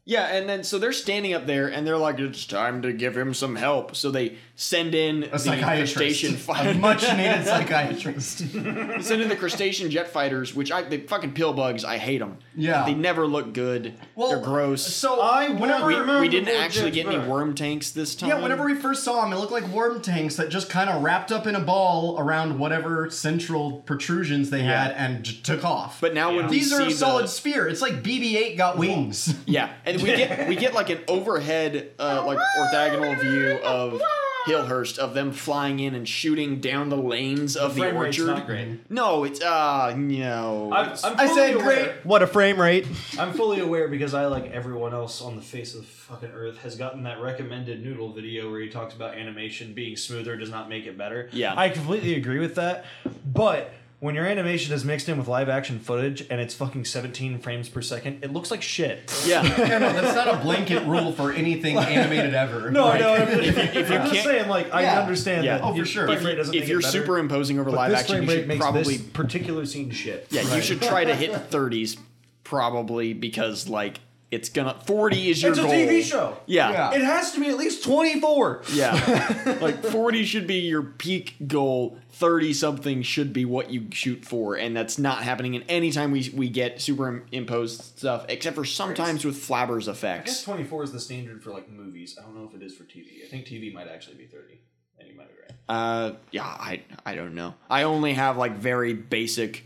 yeah, and then so they're standing up there, and they're like, "It's time to give him some help." So they send in
A psychiatrist.
crustacean
a
fighter,
much needed psychiatrist.
send in the crustacean jet fighters, which I the fucking pill bugs. I hate them.
Yeah.
they never look good.
Well,
they're gross.
So I whenever
We, we didn't actually get any worm tanks this time.
yeah, whenever we first saw him, it looked like worm tanks that just kind of wrapped up in a ball around whatever central protrusions they had and j- took off.
But now when we
these are a
see
solid
the,
sphere. It's like BB-8 got wings.
Yeah, and we get we get like an overhead uh, like orthogonal view of Hillhurst of them flying in and shooting down the lanes of the,
frame rate's
orchard.
not great.
No, it's uh no.
I'm-
It's-
I'm
I said
fully aware-
great. What a frame rate.
I'm fully aware because I, like everyone else on the face of the fucking earth, has gotten that recommended noodle video where he talks about animation being smoother does not make it better.
Yeah.
I completely agree with that. But when your animation is mixed in with live action footage and it's fucking 17 frames per second, it looks like shit.
yeah.
no, that's not a blanket rule for anything animated ever.
No,
Like,
no. If,
if you
I'm just
can't-
saying, like, I
Yeah.
understand
Yeah.
that.
Oh,
for sure.
If,
if,
doesn't
if
make
you're
it better,
superimposing over
but
live
this
action,
frame
you
rate
should
makes
probably
this particular scene shit.
yeah, you should try to hit 30s probably because like it's gonna 40 is your
It's a
goal.
TV show.
Yeah.
It has to be at least 24.
Yeah. like 40 should be your peak goal. 30 something should be what you shoot for. And that's not happening. And anytime we, we get superimposed stuff, except for sometimes with flabbers
I guess
effects.
24 is the standard for like movies. I don't know if it is for TV. I think TV might actually be 30. And you might be right.
Uh, yeah, I, I don't know. I only have like very basic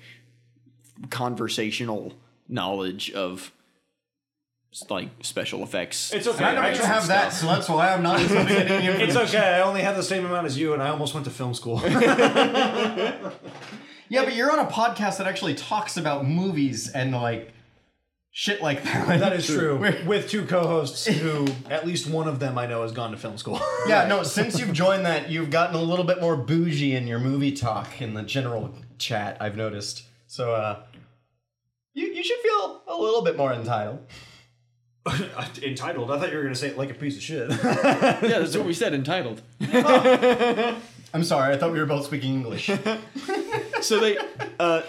conversational knowledge of like special effects.
It's okay.
I don't even have that, so that's why I'm not intimidating you.
It's okay. I only have the same amount as you, and I almost went to film school.
Yeah, but you're on a podcast that actually talks about movies and like shit like that.
that is true. With two co-hosts, who at least one of them I know has gone to film school.
Yeah, no, since you've joined that, you've gotten a little bit more bougie in your movie talk in the general chat, I've noticed. So, uh, you, you should feel a little bit more entitled.
Entitled. I thought you were going to say it like a piece of shit.
yeah, that's what we said entitled.
I'm sorry, I thought we were both speaking English.
So they, uh,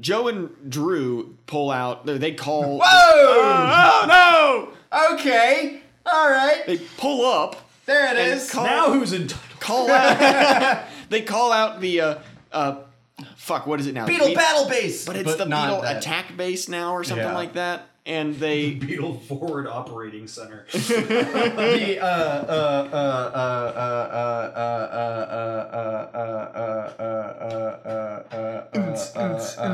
Joe and Drew pull out, they call.
oh!
Oh no!
Okay! Alright!
They pull up.
There it
and
is!
Call,
now who's entitled?
call out. they call out the uh, uh, fuck. What is it now?
Beetle
Be-
Battle Base!
But it's the
not
beetle
that.
attack base now, or something
Yeah.
like that. And they
Beetle Forward Operating Center.
The, uh, uh, uh, uh, uh, uh, uh, uh, uh, uh, uh, uh, uh, uh, uh, uh, uh, uh, uh,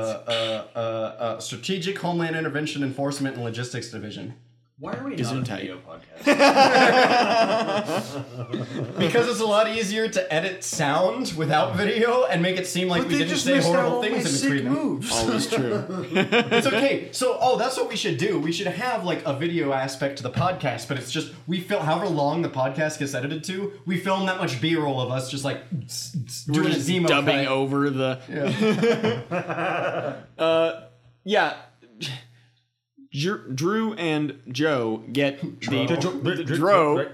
uh, Strategic Homeland Intervention Enforcement and Logistics Division.
Why are we not a
Gesundheit.
video podcast?
Because it's a lot easier to edit sound without video and make it seem like we didn't say horrible things in between them.
always true.
It's okay. So, oh, that's what we should do. We should have like a video aspect to the podcast, but it's just we film however long the podcast gets edited to. We film that much B roll of us just like
We're
doing a
just
Zemo
dubbing
cut.
over the. Yeah. uh, yeah. Dr- Drew and Joe get the Drew.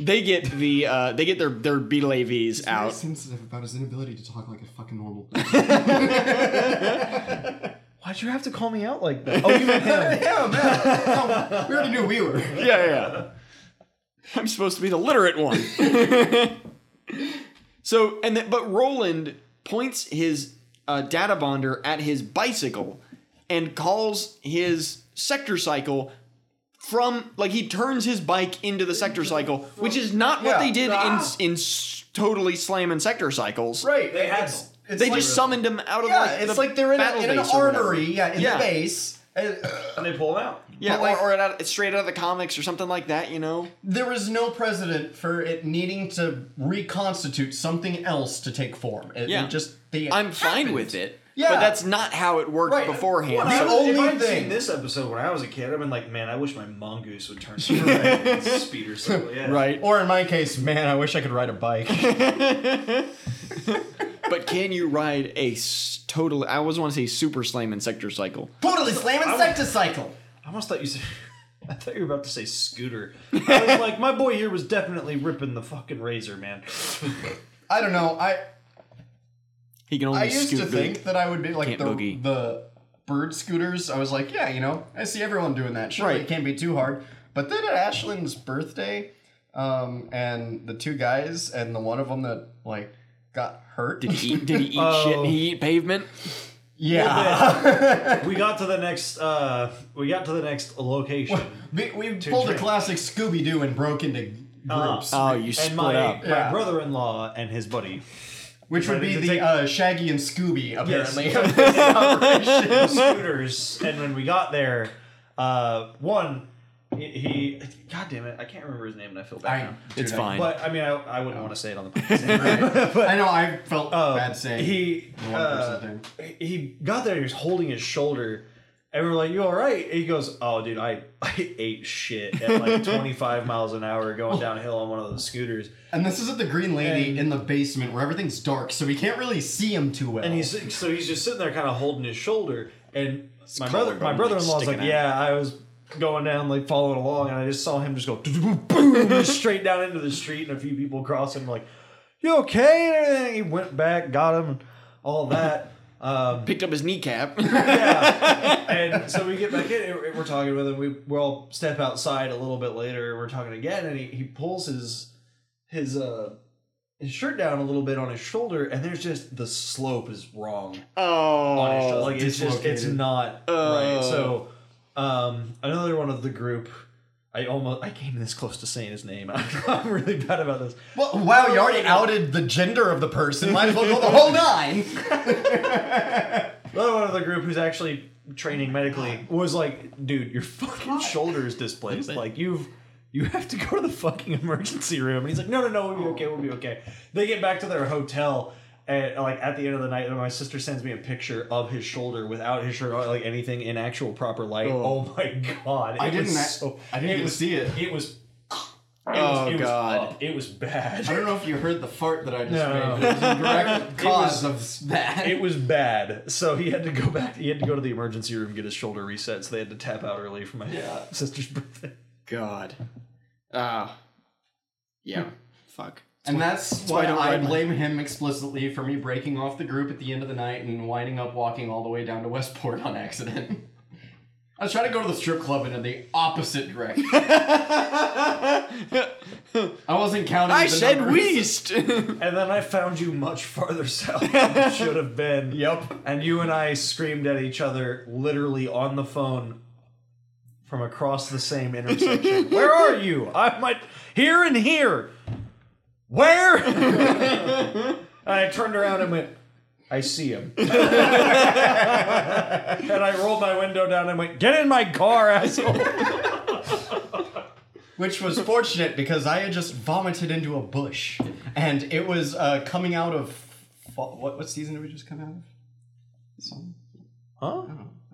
They get the uh, they get their their Beetle AVs out.
sensitive about his inability to talk like a fucking normal.
Why'd you have to call me out like that? Oh, you meant him.
yeah, man. No, we already knew we were.
yeah, yeah. I'm supposed to be the literate one. so, and then, but Roland points his uh, data bonder at his bicycle and calls his sector cycle from like he turns his bike into the sector cycle, which is not what
Yeah.
they did in in s- totally slamming sector cycles.
Right.
They had
It's-
them.
it's
They
like-
just summoned him out of
yeah.
like,
it's
the
like they're in, a,
battle
in an
base or whatever.
armory. Yeah, in
Yeah.
the base. And, uh,
and they pull it out.
yeah, or,
but, like-
or out, it's straight out of the comics or something like that, you know.
there is no precedent for it needing to reconstitute something else to take form. It,
Yeah.
it just the
I'm fine with it.
Yeah.
But that's not how it worked
Right.
beforehand.
Well,
So-
The
I- if
only
I'd
thing-
seen this episode when I was a kid, I've been like, man, I wish my mongoose would turn super red and speed or something. Yeah.
right.
Or in my case, man, I wish I could ride a bike.
But can you ride a s- total? I always want to say super slam and sector cycle.
totally slam insecticycle.
I almost thought you said. I thought you were about to say scooter. I was like, my boy here was definitely ripping the fucking razor, man.
I don't know. I
He can only
I used
scoot
to
boot.
think that I would be like
Can't
the,
boogie.
the bird scooters. I was like, yeah, you know, I see everyone doing that. Surely
Right.
it can't be too hard. But then at Ashlyn's birthday, um, and the two guys and the one of them that like got hurt.
Did he eat, did he eat shit? He eat pavement?
yeah.
We got to the next. uh We got to the next location.
We, we pulled a
drink.
classic Scooby Doo and broke into groups,
Oh, you split
and my,
up.
my
Yeah.
brother-in-law and his buddy.
which would
Ready
be
to
the
take-
uh, Shaggy and Scooby apparently.
the scooters, and when we got there, uh, one,
He, he, God damn it, I can't remember his name, and I feel bad
I-
now.
It's fine.
But I mean, I, I wouldn't want to say it on the podcast.
I know I felt bad saying
he
the one
uh,
person
he got there. He was holding his shoulder, and we're like, "You all right?" And he goes, "Oh, dude, I, I ate shit at like 25 miles an hour going downhill on one of those scooters."
And this is at the Green Lady in the basement where everything's dark, so we can't really see him too well.
And he's so he's just sitting there, kind of holding his shoulder, and my brother,
collarbone,
my
like,
brother-in-law's like,
sticking out.
"Yeah, I was." Going down, like following along, and I just saw him just go boom straight down into the street, and a few people cross him, like, "You okay?" And everything. he went back, got him, and all that. Um,
Picked up his kneecap.
and so we get back in and we're talking with him. We we all step outside a little bit later and we're talking again and he, he pulls his his uh his shirt down a little bit on his shoulder and there's just the slope is wrong on his shoulder.
oh.
Like it's just it's
dislocated.
not
Oh.
right. So um another one of the group I almost I came this close to saying his name. I'm really bad about this.
well, wow, you already outed the gender of the person. Might as well go the whole nine.
Another one of the group who's actually
Oh
training medically was like, dude, your fucking shoulder is displaced. Like you've you have to go to the fucking emergency room. And he's like, no, no, no, we'll
Oh.
be okay, we'll be okay. They get back to their hotel and like at the end of the night, and my sister sends me a picture of his shoulder without his shirt on, like anything in actual proper light. Oh, my god.
I
It was
didn't.
so-
I didn't
it
even
was,
see it.
It was it
Oh,
was, it
God.
Was, up. it was bad.
I don't know if you heard the fart that I just
No.
made. It was a direct cause of that.
It was bad. So he had to go back. He had to go to the emergency room get his shoulder reset. So they had to tap out early for my sister's birthday.
God. Ah. yeah. Fuck.
and that's
why I
why,
don't
I,
ride my-
blame him explicitly for me breaking off the group at the end of the night and winding up walking all the way down to Westport on accident. I was trying to go to the strip club and in the opposite direction. I wasn't counting.
I
the
said
numbers.
weast.
And then I found you much farther south than you should have been.
Yep.
And you and I screamed at each other literally on the phone from across the same intersection. Where are you? I might here and here. Where? and I turned around and went, I see him. and I rolled my window down and went, Get in my car, asshole.
Which was fortunate because I had just vomited into a bush, and it was uh, coming out of fall, what? What season did we just come out of? Some-
Huh?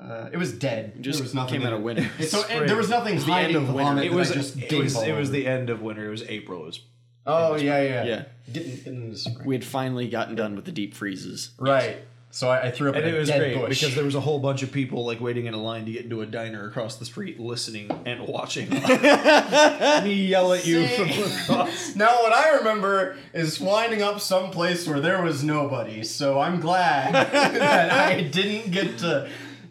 Uh, it was dead.
Just
there was nothing
came out
there.
of winter.
So it, there was nothing
the end
hiding
of
the
winter.
vomit.
It
that I
was-
just
It
gave
was, it
all
was
over.
the end of winter. It was April. It was
Oh yeah, yeah,
Yeah.
Getting, getting the spring.
We had finally gotten done with the deep freezes.
Right. So I, I threw up
And
in
it
a
was
dead
great
bush.
because there was a whole bunch of people like waiting in a line to get into a diner across the street, listening and watching me yell at you from across.
now what I remember is winding up someplace where there was nobody. So I'm glad that I didn't get to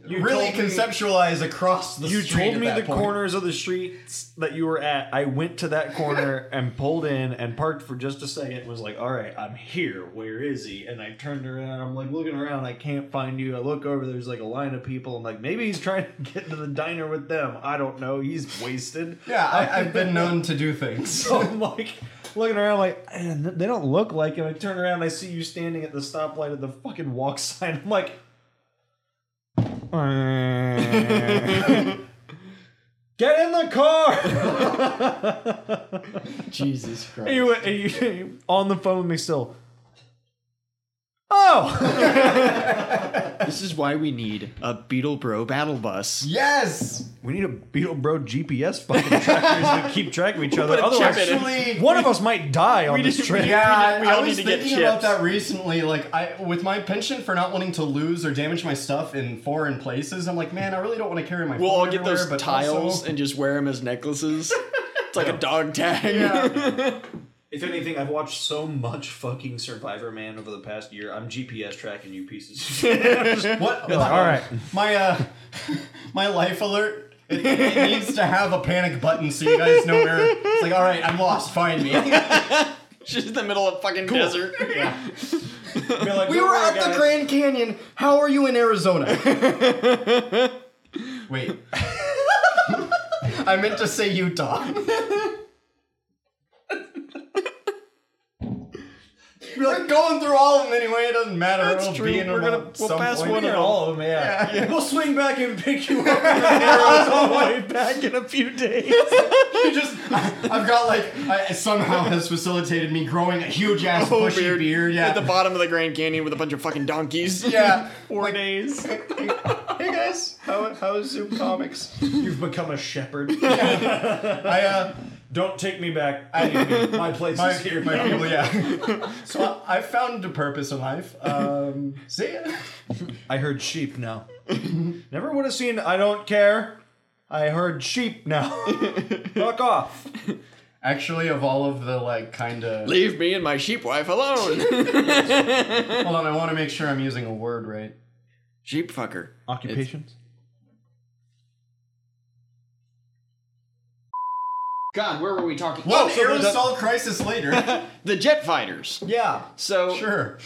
really
told me-
conceptualize across the
You
street.
told
at
me
that
the
point.
corners of the streets that you were at. I went to that corner and pulled in and parked for just a second. and Was like, all right, I'm here. Where is he? And I turned around. I'm like looking around. I can't find you. I look over. There's like a line of people. I'm like, maybe he's trying to get to the diner with them. I don't know. He's wasted.
Yeah, I, I've been known to do things.
So I'm like looking around, like "Man, they don't look like him. I turn around, and I see you standing at the stoplight at the fucking walk sign. I'm like, get in the car.
Jesus
Are
Christ.
you, are you, are you on the phone with me still? Oh,
This is why we need a Beetle Bro battle bus.
Yes!
we need a Beetle Bro GPS fucking trackers to keep track of each other.
put a chip
Otherwise,
in it.
Actually,
one of us might die on this
didn't-
trip.
yeah,
we all
I was
need to get
thinking about
chips.
that recently. Like, I with my penchant for not wanting to lose or damage my stuff in foreign places, I'm like, man, I really don't want to carry my.
We'll
phone
all get
everywhere,
those
but
tiles
also-
and just wear them as necklaces. It's like a dog tag.
yeah.
If anything, I've watched so much fucking Survivor Man over the past year. I'm GPS tracking you pieces.
What?
All right.
My uh, my life alert. It, it needs to have a panic button so you guys know where. It's like, all right, I'm lost. Find me.
Just in the middle of fucking desert.
Be like,
we
"Don't
were
worry,
at the
guys."
Grand Canyon. How are you in Arizona? Wait. I meant to say Utah. We're
Be like,
going through all of them anyway. It doesn't matter.
That's
It'll
true.
be in
We're
them
gonna-
at
we'll
some
pass
point.
one
Yeah.
of all of them, yeah.
yeah.
We'll swing back and pick you up from the arrows on the way back in a few days.
You just, I've got like I, somehow has facilitated me growing a huge ass
Oh,
bushy
beard.
beard. Yeah,
At the bottom of the Grand Canyon with a bunch of fucking donkeys.
yeah.
Four days.
Hey guys, how how is Zoom Comics?
You've become a shepherd.
I uh,
Don't take me back. I, my place
my,
is here.
my people, yeah. So I, I found a purpose in life. Um, see ya.
I heard sheep now.
Never would have seen I don't care. I heard sheep now. Fuck off.
Actually, of all of the like kind of,
Leave me and my sheep wife alone.
hold on, I want to make sure I'm using a word right.
sheep fucker.
Occupations?
God, where were we talking?
Well,
Oh, so the- the,
aerosol crisis later.
the jet fighters.
yeah,
So
sure.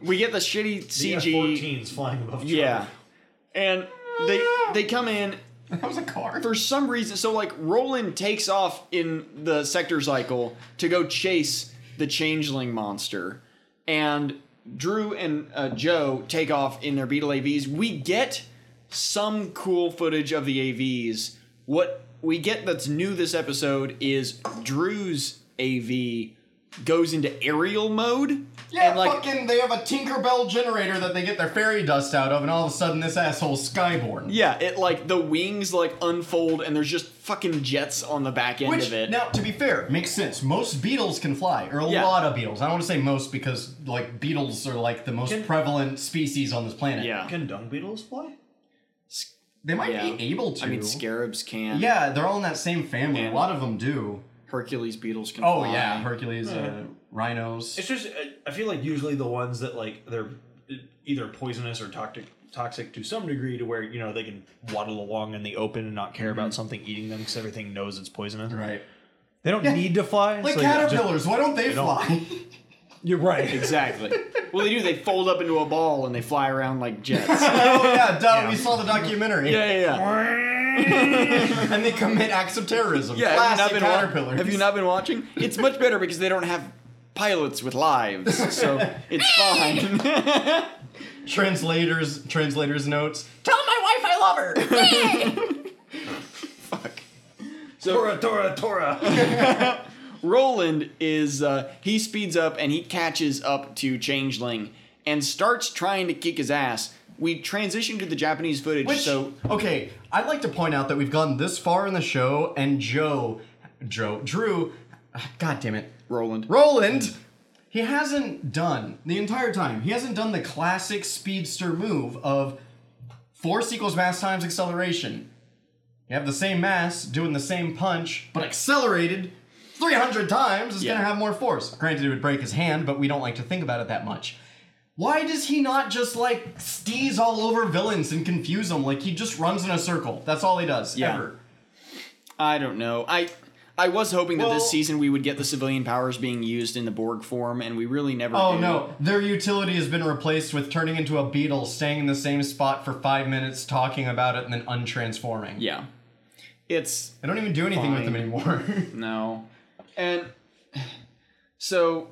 we get the shitty
The
CG.
F-14s flying above. Charlie.
yeah. And they they come in
That was a car.
for some reason. So like Roland takes off in the sector cycle to go chase the changeling monster, and Drew and uh, Joe take off in their Beetle AVs. We get some cool footage of the AVs. What we get that's new this episode is Drew's AV goes into aerial mode.
Yeah,
and like
fucking, they have a Tinkerbell generator that they get their fairy dust out of, and all of a sudden this asshole's skyborn.
yeah, it like the wings like unfold and there's just fucking jets on the back end
Which,
of it.
now, to be fair, makes sense. Most beetles can fly, or a
Yeah.
lot of beetles. I don't want to say most because, like, beetles are, like, the most prevalent species on this planet.
yeah.
Can dung beetles fly?
They might
Yeah.
be able to.
I mean, scarabs can.
Yeah, they're all in that same family. A lot of them do.
Hercules beetles can.
Oh,
fly.
yeah. Hercules, uh, rhinos.
It's just uh, I- I feel like usually the ones that like they're uh, either poisonous or toxic toxic to some degree to where you know they can waddle along in the open and not care about
Mm-hmm.
something eating them because everything knows it's poisonous.
right.
They don't need to fly.
Like
so they just-
caterpillars, why don't they, fly?
You're right.
exactly. well, they do. They fold up into a ball and they fly around like jets. yeah,
oh, yeah, duh, we saw the documentary.
yeah, yeah.
And they commit acts of terrorism.
yeah have, you not
Classic
been wa-
caterpillars.
have you not been watching? It's much better because they don't have pilots with lives, so it's fine.
translators translators notes
Tora, Tora, Tora.
Roland is uh, he speeds up and he catches up to Changeling and starts trying to kick his ass. We transition to the Japanese footage,
which
so
okay i'd like to point out that we've gone this far in the show and joe joe drew ah, god damn it
Roland.
roland he hasn't done the entire time he hasn't done the classic speedster move of force equals mass times acceleration you have the same mass doing the same punch but accelerated 300 times is
Yeah.
gonna have more force granted it would break his hand but we don't like to think about it that much Why does he not just like steeze all over villains and confuse them? Like he just runs in a circle. That's all he does.
Yeah.
Ever.
I don't know. I I was hoping that
Well-
this season we would get the civilian powers being used in the Borg form, and we really never.
Oh
do.
no, their utility has been replaced with turning into a beetle, staying in the same spot for five minutes, talking about it, and then untransforming.
Yeah, it's
I don't even do anything with them
Fine.
anymore.
no, and so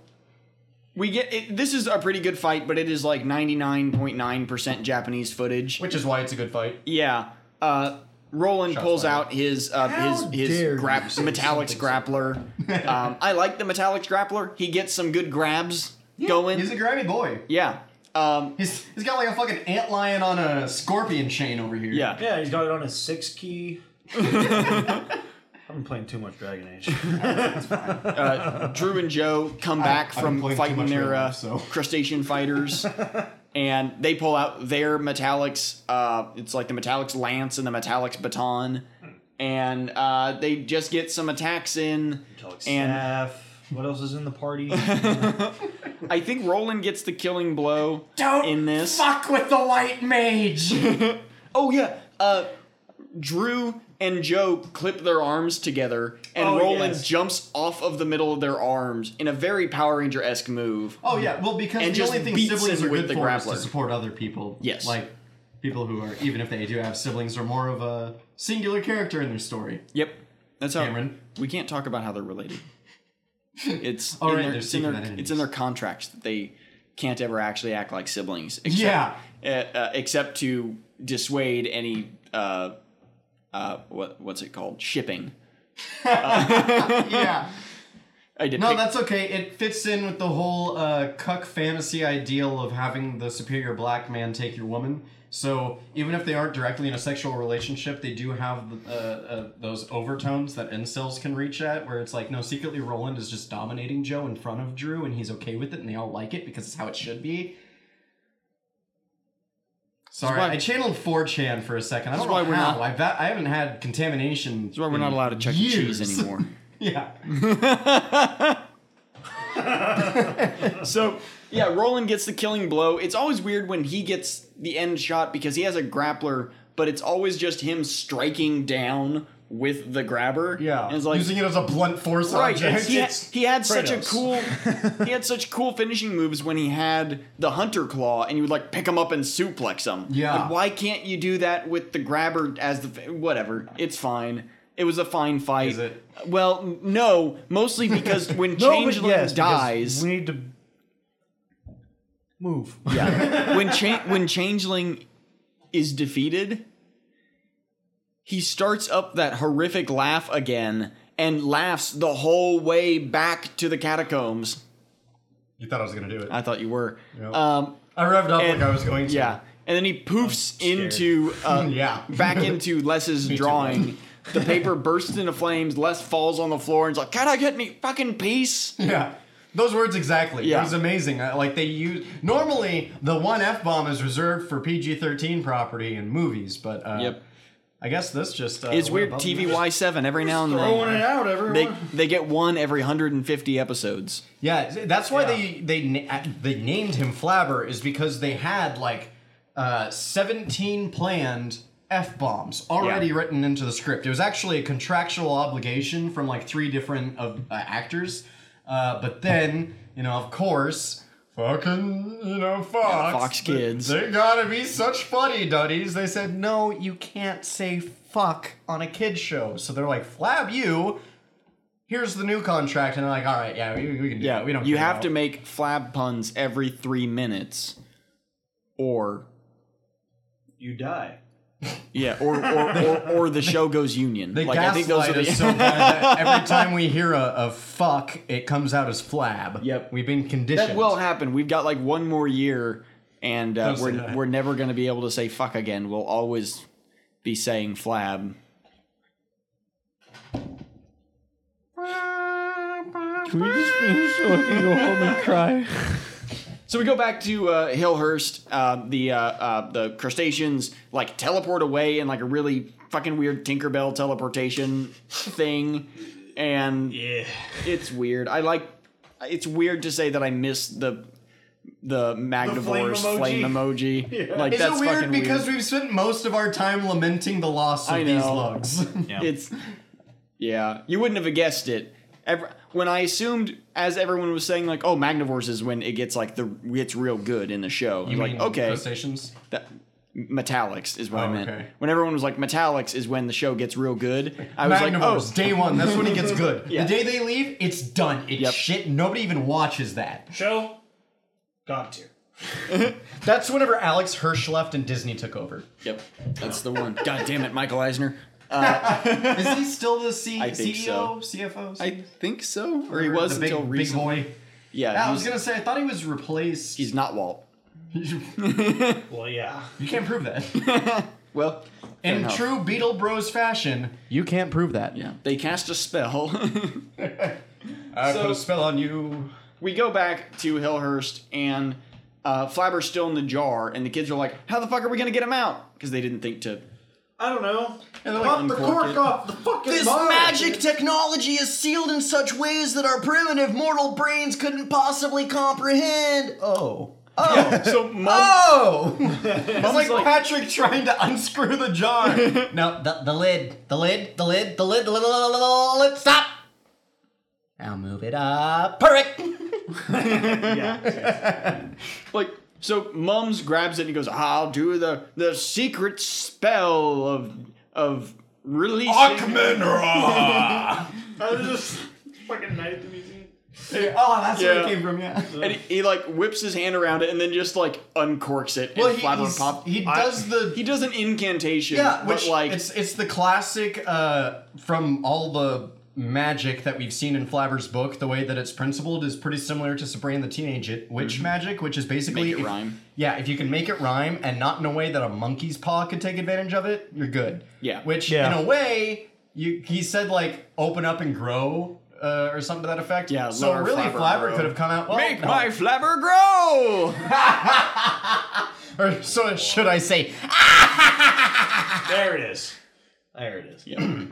we get it, this is a pretty good fight, but it is like ninety nine point nine percent Japanese footage.
Which is why it's a good fight.
Yeah. Uh, Roland
Shots
pulls
fired.
out his uh, his
dare
his
you
grab Metallics grappler. um, I like the Metallics grappler. He gets some good grabs going.
He's a grabby boy.
yeah. Um,
He's, he's got like a fucking antlion on a scorpion chain over here.
yeah.
Yeah, he's got it on his six key. I've been playing too much Dragon Age.
Drew and Joe come back
I've been
from
playing too
fighting
much
their
Red
uh,
Wolf, so.
crustacean fighters, and they pull out their metallics. Uh, it's like the metallics lance and the metallics baton, and uh, they just get some attacks in. and
Staff. What else is in the party?
I think Roland gets the killing blow
Don't
in this.
fuck with the white mage.
Oh yeah, uh, Drew and Joe clip their arms together, and
Oh,
Roland
yes.
jumps off of the middle of their arms in a very Power Ranger esque move.
Oh yeah, well because
And
the
just
only thing
beats
siblings
him
are
with
good
the
for is
grappler.
to support other people.
Yes.
like people who are even if they do have siblings are more of a singular character in their story.
Yep, that's how.
Cameron?
We can't talk about how they're related. It's
All
in
right,
their,
they're
it's in their
secret
it's in
identities.
their contracts that they can't ever actually act like siblings.
Yeah.
uh, uh, except to dissuade any uh, uh, what what's it called shipping.
yeah.
I did.
No,
pick-
that's okay. It fits in with the whole uh, cuck fantasy ideal of having the superior black man take your woman. So even if they aren't directly in a sexual relationship, they do have uh, uh, those overtones that incels can reach at, where it's like, no, secretly Roland is just dominating Joe in front of Drew, and he's okay with it, and they all like it because it's how it should be. Sorry,
why-
I channeled 4chan for a second. I
This
don't
is why
know
we're
how.
not-
I've, I haven't had contamination. That's
why we're not allowed to Chuck E. Cheese anymore.
yeah.
so yeah, Roland gets the killing blow. It's always weird when he gets the end shot because he has a grappler, but it's always just him striking down with the grabber.
Yeah,
and it's like
using it as a blunt force
right.
object.
He, had- he had such a
Kratos.
cool, he had such cool finishing moves when he had the hunter claw, and you would like pick him up and suplex him.
Yeah.
Like, why can't you do that with the grabber as the fi- whatever? It's fine. It was a fine fight.
Is it?
Well, n- no, mostly because when
No, but
Changeling
yes, because
dies,
We need to move.
yeah. When cha- when Changeling is defeated, he starts up that horrific laugh again and laughs the whole way back to the catacombs.
You thought I was gonna do it.
I thought you were.
Yep.
Um,
I revved up
and-
like I was going to.
yeah. And then he poofs into uh,
Yeah.
back into Les's drawing. The paper bursts into flames. Les falls on the floor and's like, "Can I get me fucking peace?"
Yeah. Those words exactly.
Yeah.
It was amazing. I- Like they use normally the one f bomb is reserved for PG thirteen property in movies, but uh,
Yep.
I guess this just uh,
It's
went
weird.
above and beyond.
TVY7 every now and
Throwing
then
it out everywhere.
they they get one every 150 episodes.
Yeah, that's why they they na- uh, they named him Flabber is because they had like uh, seventeen planned f bombs already
Yeah.
written into the script. It was actually a contractual obligation from like three different of uh, actors, uh, but then you know, of course. Fucking, you know, Fox.
Fox Kids.
They, they gotta be such funny duddies. They said, no, you can't say fuck on a kid show. So they're like, flab you. Here's the new contract. And they're like, all right, yeah, we, we can do
Yeah,
that. We don't
You
care
have
about
to make flab puns every three minutes, or
You die.
yeah, or or, or, or the show goes union.
They
like I think
gaslight
those are the
us so bad that every time we hear a, a fuck, it comes out as flab.
Yep.
We've been conditioned.
that will happen. We've got like one more year, and uh,
Don't say
we're
that.
we're never going to be able to say fuck again. We'll always be saying flab.
Can we just finish so I can go home and cry?
So we go back to uh, Hillhurst. Uh, the uh, uh, the crustaceans like teleport away in like a really fucking weird Tinkerbell teleportation thing, and
Yeah.
it's weird. I like. It's weird to say that I miss the the Magnivores
emoji.
flame emoji. Like
Is
that's
it weird
fucking
because
weird.
we've spent most of our time lamenting the loss of
I
these
know.
lugs?
It's yeah. You wouldn't have guessed it. Ever, when I assumed, as everyone was saying, like, oh, Magnivores is when it gets like the gets real good in the show. You like, okay,
Crustaceans?
that, metallics is what I
Oh,
meant.
okay.
When everyone was like, metallics is when the show gets real good. I was like,
Magnivores,
oh,
day one. That's when it gets good.
Yeah.
The day they leave, it's done. It's
Yep.
shit. Nobody even watches that.
Show. Got to.
That's whenever Alex Hirsch left and Disney took over.
yep, that's the one. God damn it, Michael Eisner.
Is he still the C- E
I think
CEO, CFO?
I think so, or he was
the big,
until
big
recently.
boy.
Yeah,
Yeah, I
he's-
was gonna say I thought he was replaced.
he's not Walt.
Well, yeah.
You can't prove that.
Well,
In
enough.
true Beetle Bros fashion, you can't prove that.
yeah, they cast a spell.
I put a spell on you.
we go back to Hillhurst, and uh, Flabber's still in the jar, and the kids are like, "How the fuck are we gonna get him out?" Because they didn't think to.
I don't know.
Pop
uncork
the cork
it.
off the fucking
This
bottle.
magic technology is sealed in such ways that our primitive mortal brains couldn't possibly comprehend.
Oh.
So mom,
Oh! it's like, Patrick trying to unscrew the jar.
No, the, the lid, the lid, the lid, the lid, the lid, the lid, the lid, stop! Now move it up. Perfect!
like, so Mums grabs it and he goes, "I'll do the the secret spell of of releasing."
I was just fucking night at the museum.
Oh,
that's where it came from, yeah.
And he, he like whips his hand around it and then just like uncorks it
Well,
and
he-
flabber
he's-
pop.
he
I-
does the
he does an incantation.
Yeah,
but
which
like
like it's it's the classic uh, from all the magic that we've seen in Flaver's book. The way that it's principled is pretty similar to Sabrina the Teenage It- Witch
Mhm.
magic, which is basically
Make it
if-
rhyme.
Yeah, if you can make it rhyme and not in a way that a monkey's paw could take advantage of it, you're good.
yeah,
Which in a way, you he said like open up and grow. Uh, or something to that effect. Yeah. So
lower
really,
flabber
Flabber
grow.
could have come out. Well,
Make
no.
my flabber grow.
or so should I say?
there it is. There it is.
Yeah.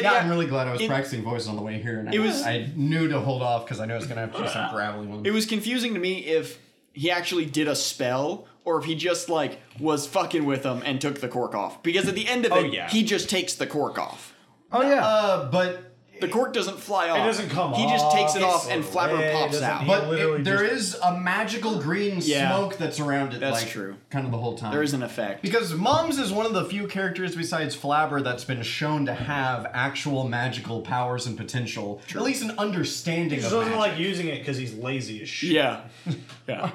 yeah, I'm really glad I was practicing voice on the way here, and
It
I,
was-
I knew to hold off because I knew I was gonna have to do some gravelly ones.
It was confusing to me if he actually did a spell or if he just like was fucking with him and took the cork off. Because at the end of
Oh,
it,
yeah.
he just takes the cork off.
Oh yeah, uh, but
The cork doesn't fly off.
doesn't come
He just takes it
off.
off and flabber
Yeah, it
pops
doesn't-
out.
he But it- literally there just- a magical green
Yeah.
smoke that's around it.
That's
like,
true.
Kind of the whole time.
There is an effect.
Because Moms is one of the few characters besides Flabber that's been shown to have actual magical powers and potential, at least an understanding
He
of
just
magic.
doesn't like using it because he's lazy as shit.
Yeah. yeah.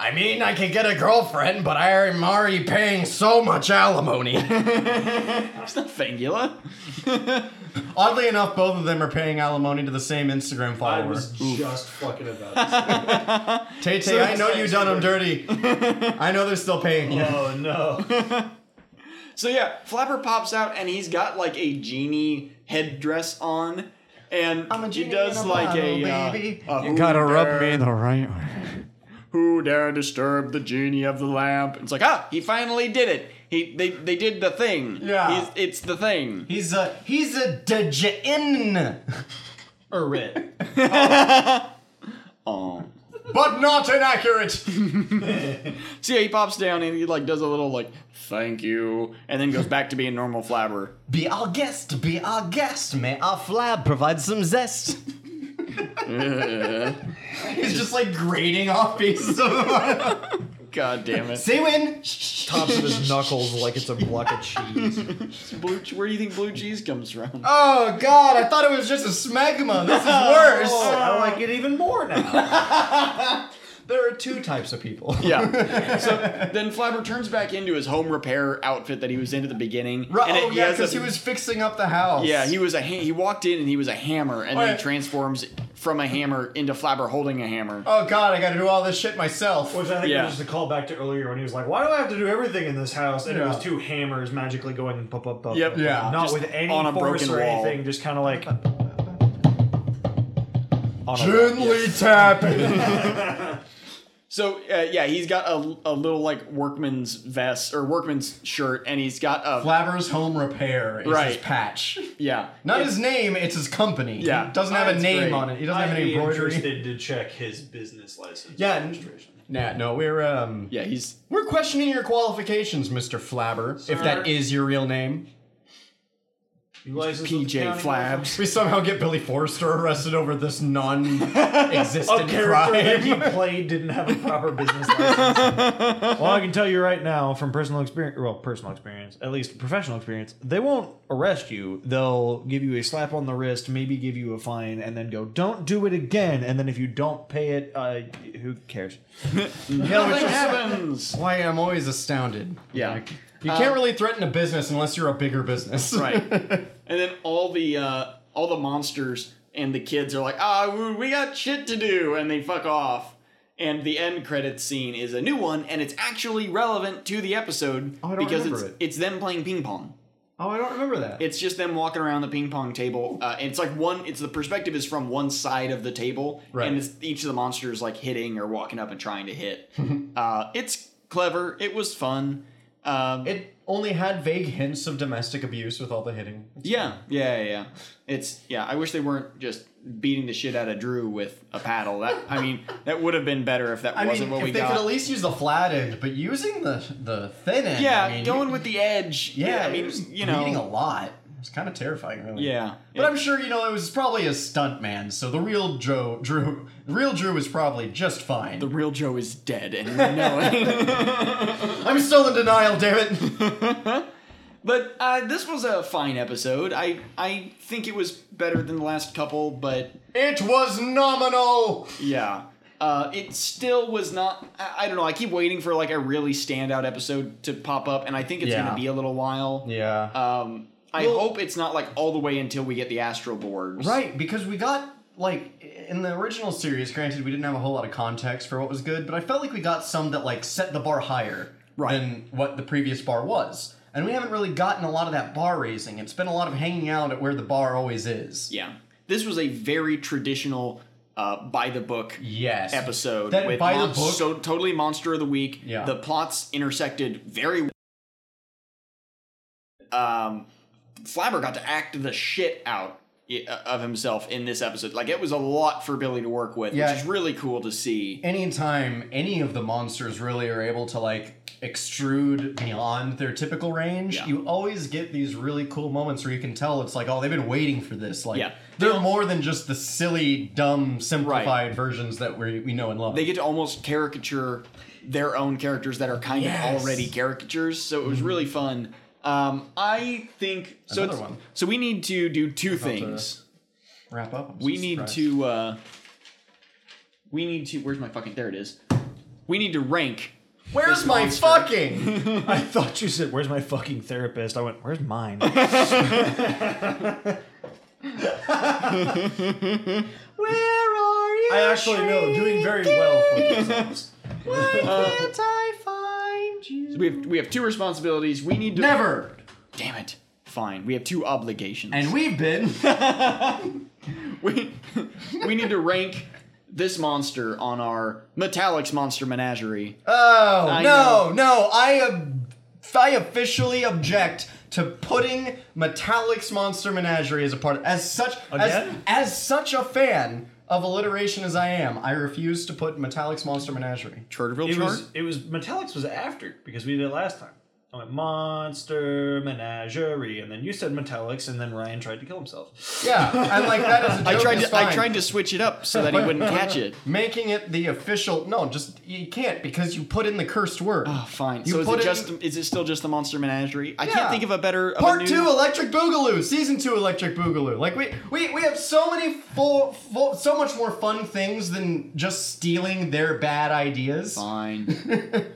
I mean, I can get a girlfriend, but I'm already paying so much alimony. it's
not Fangula.
Oddly enough, both of them are paying alimony to the same Instagram follower.
I was just fucking about this.
Tay
So
Tay, I know you
excited.
done them dirty. I know they're still paying you.
Oh no.
So yeah, Flapper pops out and he's got like a genie headdress on. And he does
in a
like
bottle,
a, uh,
baby.
a
You
who
gotta rub
dare-
me the
right way.
Who dare disturb the genie of the lamp? It's like, ah, he finally did it. He they they did the thing.
Yeah.
He's, it's the thing.
He's a he's a djinn. Or it.
Oh.
But not inaccurate.
See how he pops down and he like does a little like thank you and then goes back to being normal flabber.
Be our guest, be our guest. May our flab provide some zest. He's just like grating off pieces of
God damn it.
See win.
Tops of his knuckles like it's a block of cheese.
Blue, where do you think blue cheese comes from?
Oh god, I thought it was just a smegma. This is worse.
Oh, I like
it even more now. there are two types of people.
Yeah. So then Flabber turns back into his home repair outfit that he was in at the beginning.
Ru-
it-
oh yeah,
has a-
because he was fixing up the house.
Yeah, he was a ha- he walked in and he was a hammer, and then
Alright.
he transforms from a hammer into Flabber holding a hammer.
Oh god, I gotta do all this shit myself.
Which I think
Yeah.
was just a callback to earlier when he was like, "Why do I have to do everything in this house?" And it
Yeah.
was two hammers magically going pop pop pop.
Yep.
pop, pop.
Yeah.
Not
Just
with any
on a
force
broken
or
wall.
anything. Just kind of like on a wall.
Gently tapping.
So uh, yeah, he's got a, a little like workman's vest or workman's shirt, and he's got a
Flabber's home repair is his
Right.
patch.
yeah.
Not his name, it's his company.
Yeah.
He doesn't have a
That's
name
great.
on it. He doesn't have
I'd
any
be
embroidery.
Interested to check his business license.
Yeah, n-
Registration.
Nah, no, we're um
Yeah, he's
we're questioning your qualifications, Mr. Flabber, if that is your real name.
You license with the
PJ
county?
Flabs.
We somehow get Billy Forrester arrested over this
A
non-existent
character that he
crime.
played didn't have a proper business license. well, I can tell you right now from personal experience, well, personal experience, at least professional experience, they won't arrest you. They'll give you a slap on the wrist, maybe give you a fine, and then go, don't do it again. And then if you don't pay it, uh, who cares?
Yeah, which
Nothing
is
happens.
why I'm always astounded.
Yeah.
You
Um,
can't really threaten a business unless you're a bigger business.
Right. and then all the uh, all the monsters and the kids are like, ah, we- we got shit to do, and they fuck off. And the end credits scene is a new one, and it's actually relevant to the episode
Oh, I don't
because it's
remember it.
it's them playing ping pong.
oh, I don't remember that.
It's just them walking around the ping pong table. Uh, and it's like one. It's the perspective is from one side of the table,
Right.
and it's each of the monsters like hitting or walking up and trying to hit. uh, it's clever. It was fun. Um,
It only had vague hints of domestic abuse with all the hitting.
Yeah, yeah, yeah, yeah. It's yeah. I wish they weren't just beating the shit out of Drew with a paddle. That I mean, that would have been better if that
I
wasn't
mean,
what
if
we
they
got.
could at least use the flat end, but using the the thin end.
yeah,
I mean,
going with the edge.
yeah.
I
he
mean,
was
you
bleeding a
know,
lot. It was kind of terrifying, really.
yeah.
But I'm sure you know it was probably a stunt man. So the real Drew, Drew, the real Drew was probably just fine.
the real Joe is dead, and we know it.
I'm still in denial, damn it.
But uh, this was a fine episode. I I think it was better than the last couple, but
it was nominal.
Yeah. Uh, it still was not. I, I don't know. I keep waiting for like a really standout episode to pop up, and I think it's
Yeah.
going to be a little while.
Yeah.
Um, I hope it's not like all the way until we get the astral boards.
Right, because we got like in the original series. Granted, we didn't have a whole lot of context for what was good, but I felt like we got some that like set the bar higher than what the previous bar was. And we haven't really gotten a lot of that bar raising. It's been a lot of hanging out at where the bar always is.
Yeah. This was a very traditional uh, by the book
Yes.
episode
That
with
by the
monst-
book-
so totally monster of the week.
Yeah.
The plots intersected very um Flabber got to act the shit out i- of himself in this episode. Like it was a lot for Billy to work with,
Yeah.
which is really cool to see.
Anytime any of the monsters really are able to like extrude beyond their typical range, you always get these really cool moments where you can tell it's like, oh, they've been waiting for this. Like
Yeah.
they're more than just the silly, dumb, simplified versions that we we know and love.
They get to almost caricature their own characters that are kind
Yes. Mm-hmm.
of already caricatures, so it was really fun. Um, I think so.
Another
it's-
one.
So we need to do two
about to-
things.
wrap up. I'm so
we need
surprised.
to uh we need to where's my fucking there it is we need to rank
Where's my fucking?
I thought you said, "Where's my fucking therapist?" I went, "Where's mine?"
Where are you?
I actually know, doing very well for themselves.
Why can't I find you?
we have we have two responsibilities we need to
Never.
damn it fine we have two obligations
And we've been.
we, we need to rank this monster on our metallics monster menagerie
Oh
I
no, no! I ob- I officially object to putting Metallic's Monster Menagerie as a part. Of, as such, as,
Again?
as such a fan of alliteration as I am, I refuse to put Metallic's Monster Menagerie.
Charterville
It
chart
was it was Metallics was after because we did it last time. I went Monster Menagerie, and then you said Metallics, and then Ryan tried to kill himself.
Yeah, and like that is a joke.
I tried
is
to I
fine.
tried to switch it up so that he wouldn't catch it
Making it the official. No, just you can't because you put in the cursed word.
oh, fine
You
so is
put
it
in-
just is it still just the monster menagerie I
Yeah.
can't think of a better of a
Part
new-
two, Electric Boogaloo, season two, Electric Boogaloo. Like we we, we have so many full, full so much more fun things than just stealing their bad ideas.
Fine.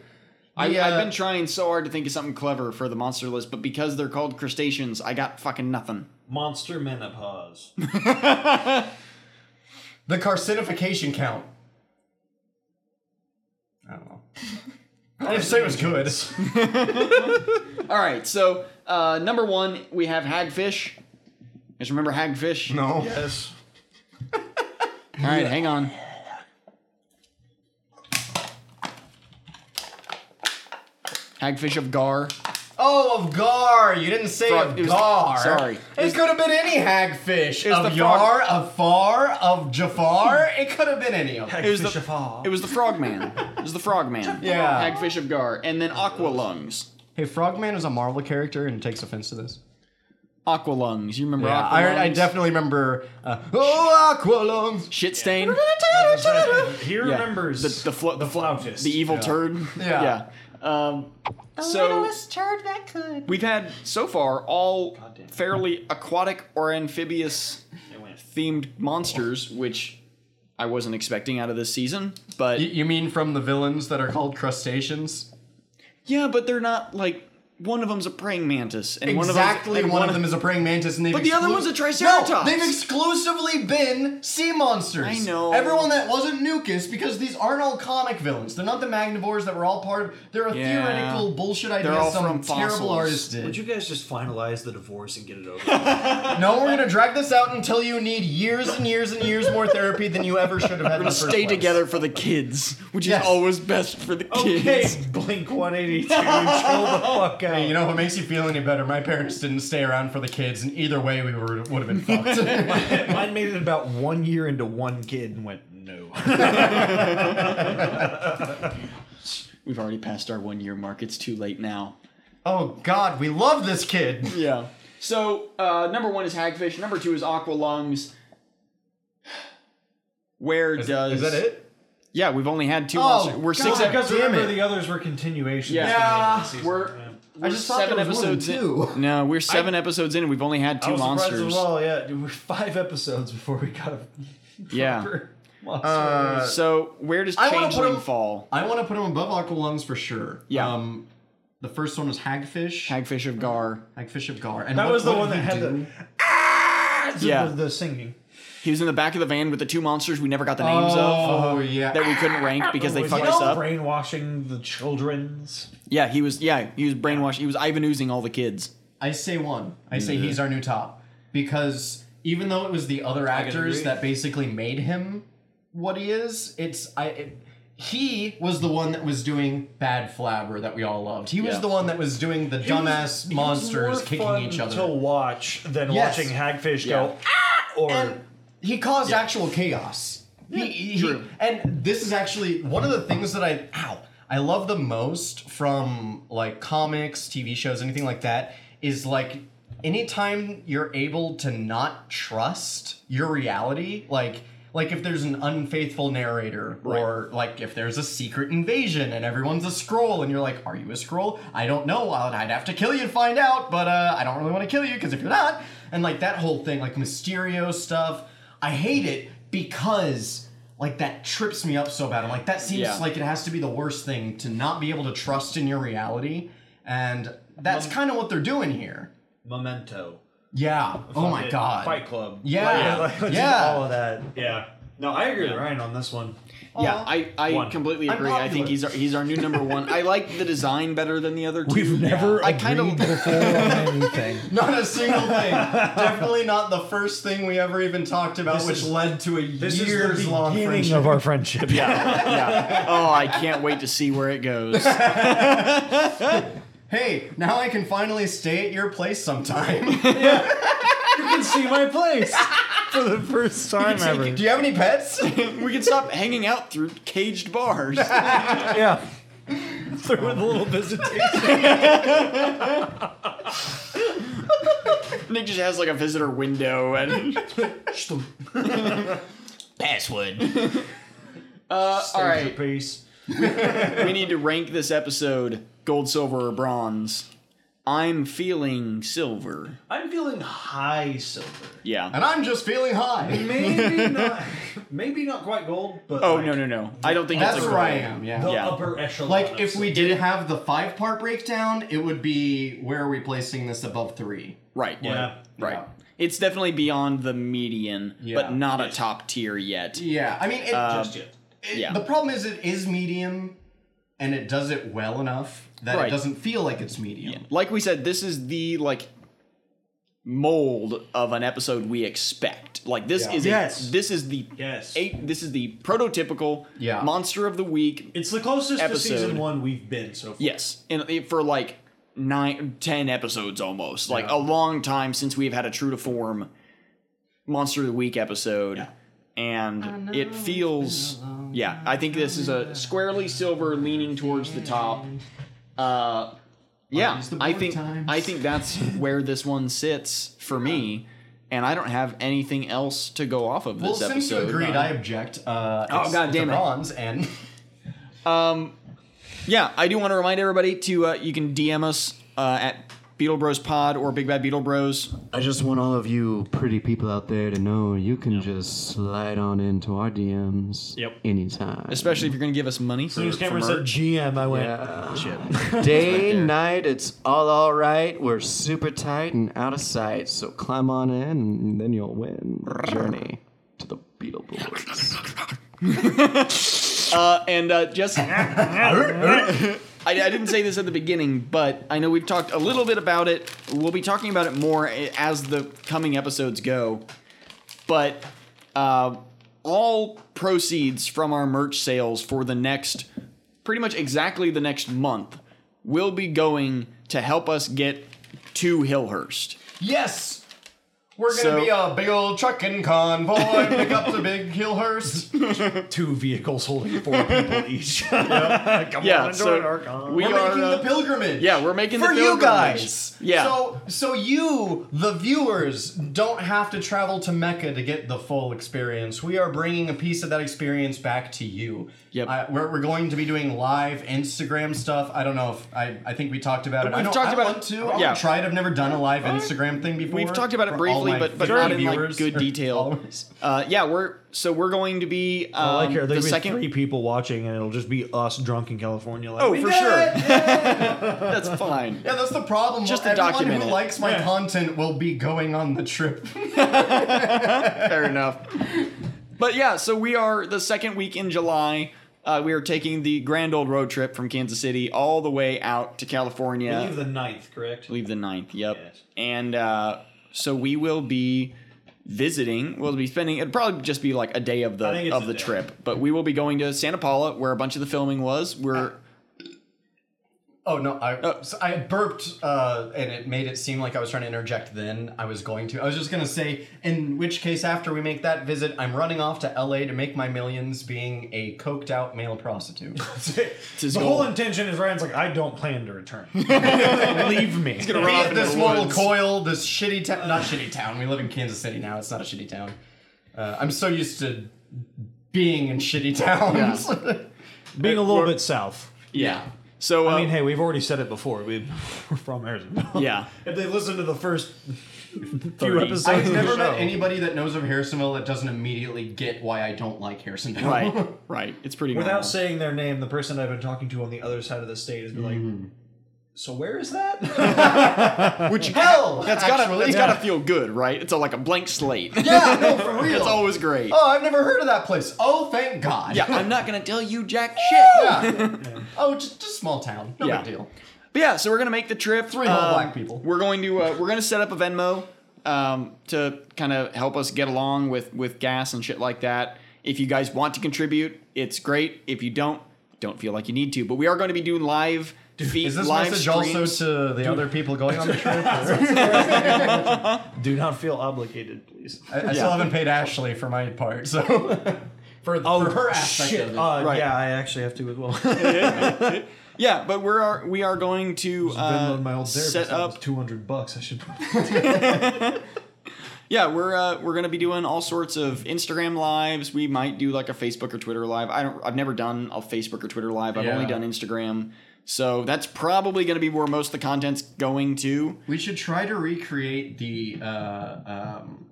I,
The, uh,
I've been trying so hard to think of something clever for the monster list, but because they're called crustaceans, I got fucking nothing.
Monster Menopause.
The carcinification count. I don't know. I didn't say it was good.
All right, so uh, number one, we have hagfish. Guys, remember hagfish?
No.
Yes.
All right, hang on. Hagfish of Gar.
Oh, of Gar. You didn't say
Frog-
of
it was-
Gar.
sorry.
It, could have been any hagfish.
was
Of
the frog-
Yar, of Far, of Jafar. It could have been any of them.
It was the
All.
it was the frogman. It was the frogman.
Yeah.
Hagfish of Gar, and then aqua lungs.
Hey, Frogman is a Marvel character and takes offense to this.
Aqua lungs. You remember?
Yeah,
aqua lungs?
I, I definitely remember. Uh, oh, Aqualung.
shit stain.
He remembers
the the, flo- the, flo-
flautist.
the evil turd.
Yeah.
yeah. Um, so We've had so far all fairly aquatic or amphibious themed monsters, which I wasn't expecting out of this season. But
You, you mean from the villains that are called crustaceans?
yeah, but they're not like one of them's a praying mantis, and one of them's-
Exactly.
and
One, of them is a praying mantis, and they've
But the other
exclu-
one's a triceratops.
No, they've exclusively been sea monsters.
I know.
Everyone that wasn't Nukus, because these aren't all comic villains. They're not the Magnivores that were all part of. They're a
Yeah.
theoretical bullshit idea
all
some
from
terrible
fossils.
artist did.
Would you guys just finalize the divorce and get it over? with?
no, we're gonna drag this out until you need years and years and years more therapy than you ever should have had. in the first
Stay
place.
together for the kids, which
Yes.
is always best for the
Okay,
kids.
Blink 182, chill the fuck out.
Hey, you know what makes you feel any better? My parents didn't stay around for the kids, and either way, we were, would have been fucked.
Mine made it about one year into one kid and went no.
We've already passed our one year mark. It's too late now.
oh God, we love this kid.
Yeah. So uh, number one is hagfish. Number two is aqua lungs. Where does
it?
Yeah, we've only had two.
Oh,
monsters. We're
God
six.
damn
Because remember
it.
the others were continuations.
Yeah.
from the end of the season.
We're-
Yeah.
We're seven episodes in. No, we're seven episodes in, and we've only had two
I was surprised
monsters.
As well, yeah, dude, we're five episodes before we got a
Yeah.
proper monster.
Uh,
so where does
I wanna put
Changeling
him-
fall?
I want to put him above Aqualungs for sure.
Yeah.
Um, the first one was Hagfish.
Hagfish of Gar.
Hagfish of Gar. And
that
what-
was the
what
one
did
that had
he do?
the,
Yeah.
the the singing.
He was in the back of the van with the two monsters we never got the names
Oh,
of
yeah.
that we couldn't rank because they
Was
fucked
he
us up.
brainwashing the children's.
yeah, he was. Yeah, he was brainwashed. He was Ivan oozing all the kids.
I say one. I say he's our new top because even though it was the other actors that basically made him what he is, it's I. It, he was the one that was doing Bad Flabber that we all loved. He was
Yeah.
the one that was doing the dumbass
It was
monsters
more
kicking
fun
each other.
to watch than
Yes.
watching hagfish
Yeah.
go ah or
he caused actual chaos. He, he-
true.
and this is actually one of the things that I ow I love the most from like comics, TV shows, anything like that is like anytime you're able to not trust your reality, like like if there's an unfaithful narrator or like if there's a secret invasion and everyone's a scroll and you're like are you a scroll i don't know I'd, I'd have to kill you to find out but uh, i don't really want to kill you because if you're not and like that whole thing like mysterio stuff i hate it because like that trips me up so bad i'm like that seems
Yeah.
like it has to be the worst thing to not be able to trust in your reality and that's kind of what they're doing here
memento.
yeah oh my
Fucking
god
Fight Club.
Yeah.
Like, like,
Yeah.
All of that. Yeah. No, I agree with Ryan on this one.
yeah, I, I
One.
completely
I'm
agree. I think
popular.
he's our, he's our new number one. I like the design better than the other two.
We've never
I kind of
agreed before on anything.
Not a single thing. Definitely not the first thing we ever even talked about, which led to a
is the
years long
Beginning
friendship.
of our friendship.
yeah. Oh, I can't wait to see where it goes.
hey, now I can finally stay at your place sometime.
can see my place for the first time ever.
Do you have any pets?
we can stop hanging out through caged bars.
Yeah. Through with a little visitation.
Nick just has like a visitor window and
Password.
uh, all right.
Peace.
we need to rank this episode gold, silver, or bronze. I'm feeling silver.
I'm feeling high silver.
Yeah.
and I'm just feeling high.
Maybe not. Maybe not quite gold, but
Oh
like
no no no! I don't think
That's
it's a
where I
gold.
am, yeah.
the
Yeah.
upper echelon.
Like,
of
if we did have the five part breakdown, it would be where are we placing this above three?
Right.
Yeah.
Right.
Yeah.
It's definitely beyond the median,
Yeah.
but not a top tier yet.
Yeah, I mean, it,
Just yet.
it-
yeah.
the problem is it is medium, and it does it well enough that
Right.
it doesn't feel like it's medium.
Like we said, this is the like mold of an episode we expect. Like this is a-
Yes.
this is the
Yes.
eight. This is the prototypical
Yeah.
monster of the week
It's the closest to
Episode.
season one we've been so far.
Yes, and it- for like nine, ten episodes almost, like a long time since we've had a true to form Monster of the Week episode, and it feels. Yeah, I think this is a squarely silver, leaning towards the top. Uh, yeah,
Use the
I
board
think
times.
I think that's where this one sits for me, and I don't have anything else to go off of
Well,
this
since
episode.
you agreed, I object. Uh,
Oh,
it's-
God
it's a
damn it.
Bronze and
yeah, I do want to remind everybody to uh, you can DM us uh, at Beetle Bros Pod or Big Bad Beetle Bros.
I just want all of you pretty people out there to know you can just slide on into our DMs
Yep.
anytime.
especially if you're going to give us money.
Soon as Cameron said
GM, I went.
Day,
there.
night, it's all all right. We're super tight and out of sight. So climb on in, and then you'll win. Journey to the Beetleborgs.
Uh, and uh, just, I, I didn't say this at the beginning, but I know we've talked a little bit about it. We'll be talking about it more i- as the coming episodes go. But uh, all proceeds from our merch sales for the next, pretty much exactly the next month, will be going to help us get to Hillhurst.
yes, We're gonna
So-
be a big old trucking convoy. Pick up the big hill hearse.
Two vehicles holding four people each. Come
Yeah,
on into
so
our car.
we We're are, making the uh, pilgrimage.
Yeah, we're making the
for you
pilgrimage.
guys.
Yeah.
So so you, the viewers, don't have to travel to Mecca to get the full experience. We are bringing a piece of that experience back to you. Yep. Uh, we're, we're going to be doing live Instagram stuff. I don't know if I I think we talked about it. I
We've
know
talked
I
about
want
it.
to. I
Yeah.
yeah. Try it. I've never done a live Instagram thing before.
We've talked about it
for all
briefly,
my
but but not in like
viewers.
good detail. Uh, yeah, we're so we're going to be um,
I like here.
the
There'll be
second
three people watching, and it'll just be us drunk in California. Like,
Oh,
"We
for
did
sure.
it!"
That's fine.
Yeah, that's the problem.
Just to
Everyone
document
who
it.
likes my
Yeah.
content will be going on the trip.
Fair enough. But yeah, so we are the second week in July. Uh, we are taking the grand old road trip from Kansas City all the way out to California.
Leave the ninth, correct?
Leave the ninth. Yep. And uh, so we will be visiting. We'll be spending. It'll probably just be like a day of
I think
the
it's
of
a
the
day.
trip. But we will be going to Santa Paula, where a bunch of the filming was. We're
Oh no, I so I burped uh, and it made it seem like I was trying to interject. Then I was going to. I was just gonna say, in which case, after we make that visit, I'm running off to L.A. to make my millions, being a coked out male prostitute.
The whole intention is Ryan's like, I don't plan to return. Leave me.
He's gonna run this little coil, this shitty town. not shitty town. We live in Kansas City now. It's not a shitty town. Uh, I'm so used to being in shitty towns.
Being a little bit south.
Yeah. So uh,
I mean, hey, we've already said it before. We we're from Arizona.
Yeah.
If they listen to the first few
30.
episodes,
I've
of
never
the
met
show.
anybody that knows of Harrisonville that doesn't immediately get why I don't like Harrisonville.
Right, right. It's pretty.
Without saying their name, the person I've been talking to on the other side of the state has been like, "So where is that?"
Which
hell,
that's gotta
actually.
that's gotta
Yeah.
feel good, right? It's a, like a blank slate.
Yeah, no, for real.
it's always great.
Oh, I've never heard of that place. Oh, thank God.
Yeah, I'm not gonna tell you jack
shit. Oh, just, just small town. No
Yeah.
big deal.
But yeah, so we're gonna make the trip. Three
whole black people.
We're going to uh, we're gonna set up a Venmo um, to kind of help us get along with with gas and shit like that. If you guys want to contribute, it's great. If you don't, don't feel like you need to. But we are going to be doing live. feed
Is this
live
message
streams.
also to the other people going on the trip?
Do not feel obligated, please.
I, I still haven't paid Ashley for my part, so for, for her aspect
Oh, shit.
of it.
Uh,
Right.
Yeah, I actually have to as well.
Yeah, but we are we are going to uh,
Venmoed my old therapist.
set up
two hundred bucks. I should.
Yeah, we're uh, we're gonna be doing all sorts of Instagram lives. We might do like a Facebook or Twitter live. I don't. I've never done a Facebook or Twitter live. I've only
Yeah.
done Instagram. So that's probably gonna be where most of the content's going to.
We should try to recreate the uh, um,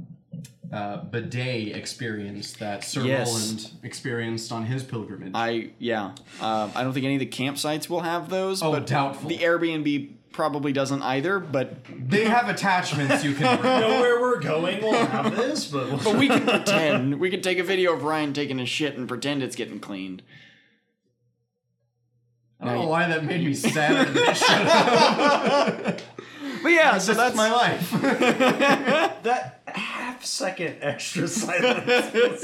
uh, bidet experience that Sir
Yes.
Roland experienced on his pilgrimage.
I yeah. Um, I don't think any of the campsites will have those.
Oh,
but
doubtful.
The Airbnb probably doesn't either. But
they have attachments you can bring.
know where we're going. We'll have this, but
but we could pretend. We could take a video of Ryan taking a shit and pretend it's getting cleaned.
I don't know why that made me sad. That's
But yeah, so that's
my life.
that half second extra silence.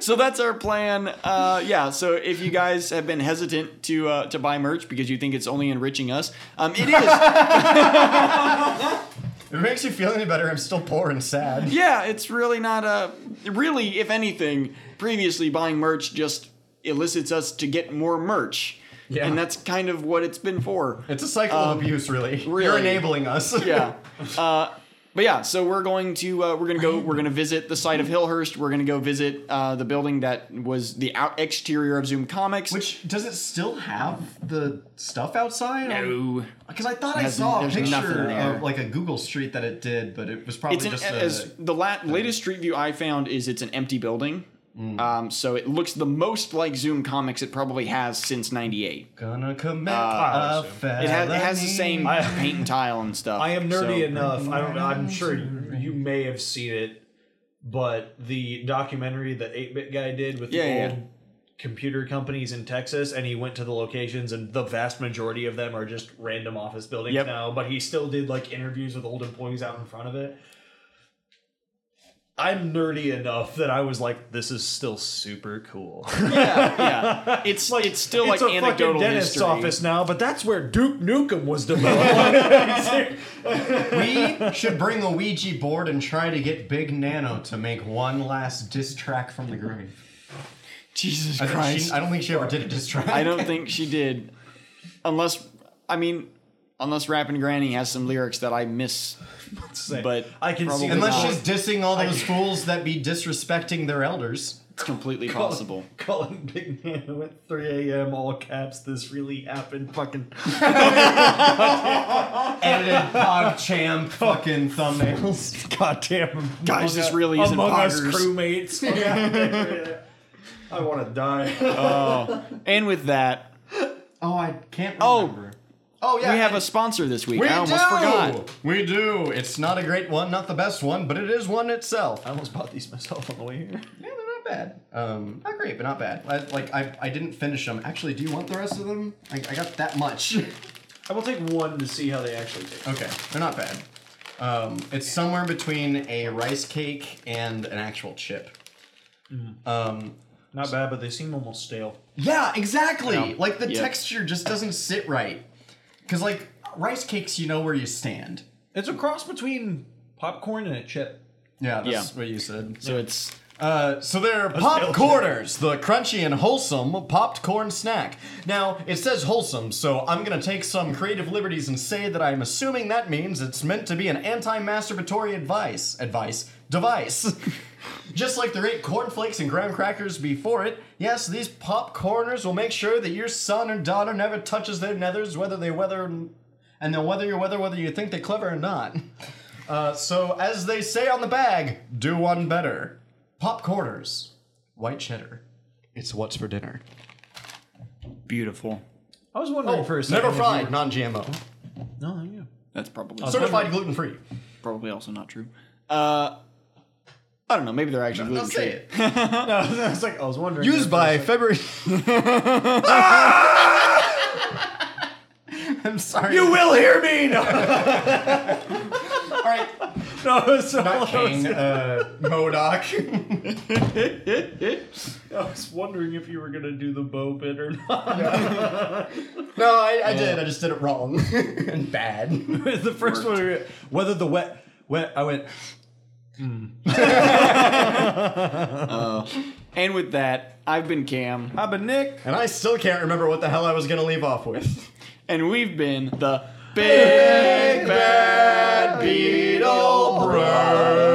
So that's our plan. Uh, yeah. So if you guys have been hesitant to uh, to buy merch because you think it's only enriching us, um, it is.
If it makes you feel any better, I'm still poor and sad.
yeah, it's really not a. Really, if anything, previously buying merch just elicits us to get more merch,
Yeah.
and that's kind of what it's been for.
It's a cycle of abuse, really. You're
Um, really.
enabling us.
Yeah. Uh, but yeah, so we're going to uh, we're gonna go we're gonna visit the site of Hillhurst. We're gonna go visit uh, the building that was the out exterior of Zoom Comics.
Which does it still have the stuff outside?
no,
Because I thought I
Has-
saw a
there's nothing
picture
there.
of like a Google Street that it did, but it was probably
it's an,
just uh, a,
as the la- latest street view I found is it's an empty building.
Mm.
Um, so it looks the most like Zoom Comics it probably has since '98.
gonna commit
I
a
assume.
Uh, It, has, it has the same
I-
paint and tile and stuff.
I am nerdy
so-
enough. I don't know. I'm sure you may have seen it, but the documentary that 8 Bit Guy did with
Yeah,
the
yeah,
old
yeah.
computer companies in Texas, and he went to the locations, and the vast majority of them are just random office buildings
Yep.
now. But he still did like interviews with old employees out in front of it. I'm nerdy enough that I was like, this is still super cool.
yeah, it's like it's still
it's
like
a
anecdotal
fucking dentist's
history.
office now, but that's where Duke Nukem was developed.
we should bring a Ouija board and try to get Big Nano to make one last diss track from the grave.
Jesus
I think she-
Christ!
I don't think she ever did a diss track.
I don't think she did, unless I mean, unless Rappin' Granny has some lyrics that I miss. But
I can see
Unless she's dissing all those fools that be disrespecting their elders.
It's completely
Colin- Colin Big Nano at 3 a.m. all caps. This really happened. Fucking
edited PogChamp fucking thumbnails.
Goddamn,
Guys, this
Among
really
Us-
isn't
among us
poggers.
crewmates.
Yeah.
I want to die.
Oh, and with that,
Oh, I can't
oh,
oh yeah,
we have a sponsor this week.
We
I almost
do!
forgot.
We do. It's not a great one, not the best one, but it is one itself. I
almost bought these myself on the way here.
Yeah, they're not bad. Um, not great, but not bad. I, like I, I didn't finish them. Actually, do you want the rest of them? I, I got that much.
I will take one to see how they actually taste.
Okay, they're not bad. Um, it's somewhere between a rice cake and an actual chip. Um,
Not bad, but they seem almost stale.
Yeah, exactly.
Yeah.
Like the
Yeah.
texture just doesn't sit right. Cause like rice cakes, you know where you stand.
It's a cross between popcorn and a chip.
Yeah, that's
Yeah.
what you said.
So it's
uh, so they're pop corners, the crunchy and wholesome popped corn snack. Now it says wholesome, so I'm gonna take some creative liberties and say that I'm assuming that means it's meant to be an anti-masturbatory advice, advice, device. Just like the great cornflakes and graham crackers before it, yes, these pop corners will make sure that your son or daughter never touches their nethers, whether they weather and they'll weather your weather whether you think they're clever or not. Uh, so, as they say on the bag, do one better. Pop corners, white cheddar. It's what's for dinner.
Beautiful.
I was wondering
Oh,
for a second.
never
if you
fried,
were-
non-GMO,
No, there you go.
That's probably
Oh,
certified gluten free.
Probably also not true. Uh, I don't know. Maybe they're actually gluten free.
no, no, it's like I was wondering.
Used by February. I'm sorry.
You will hear me. No,
All right.
no so
Not
I was-
Kane, uh, Modoc.
I was wondering if you were gonna do the bow bit or not.
No, I, I did. I just did it wrong and bad.
the first one, we- whether the wet, wet, I went.
Uh, and with that, I've been Cam,
I've been Nick.
And I still can't remember what the hell I was gonna leave off with.
and we've been the
Big Bad Beetle Bros.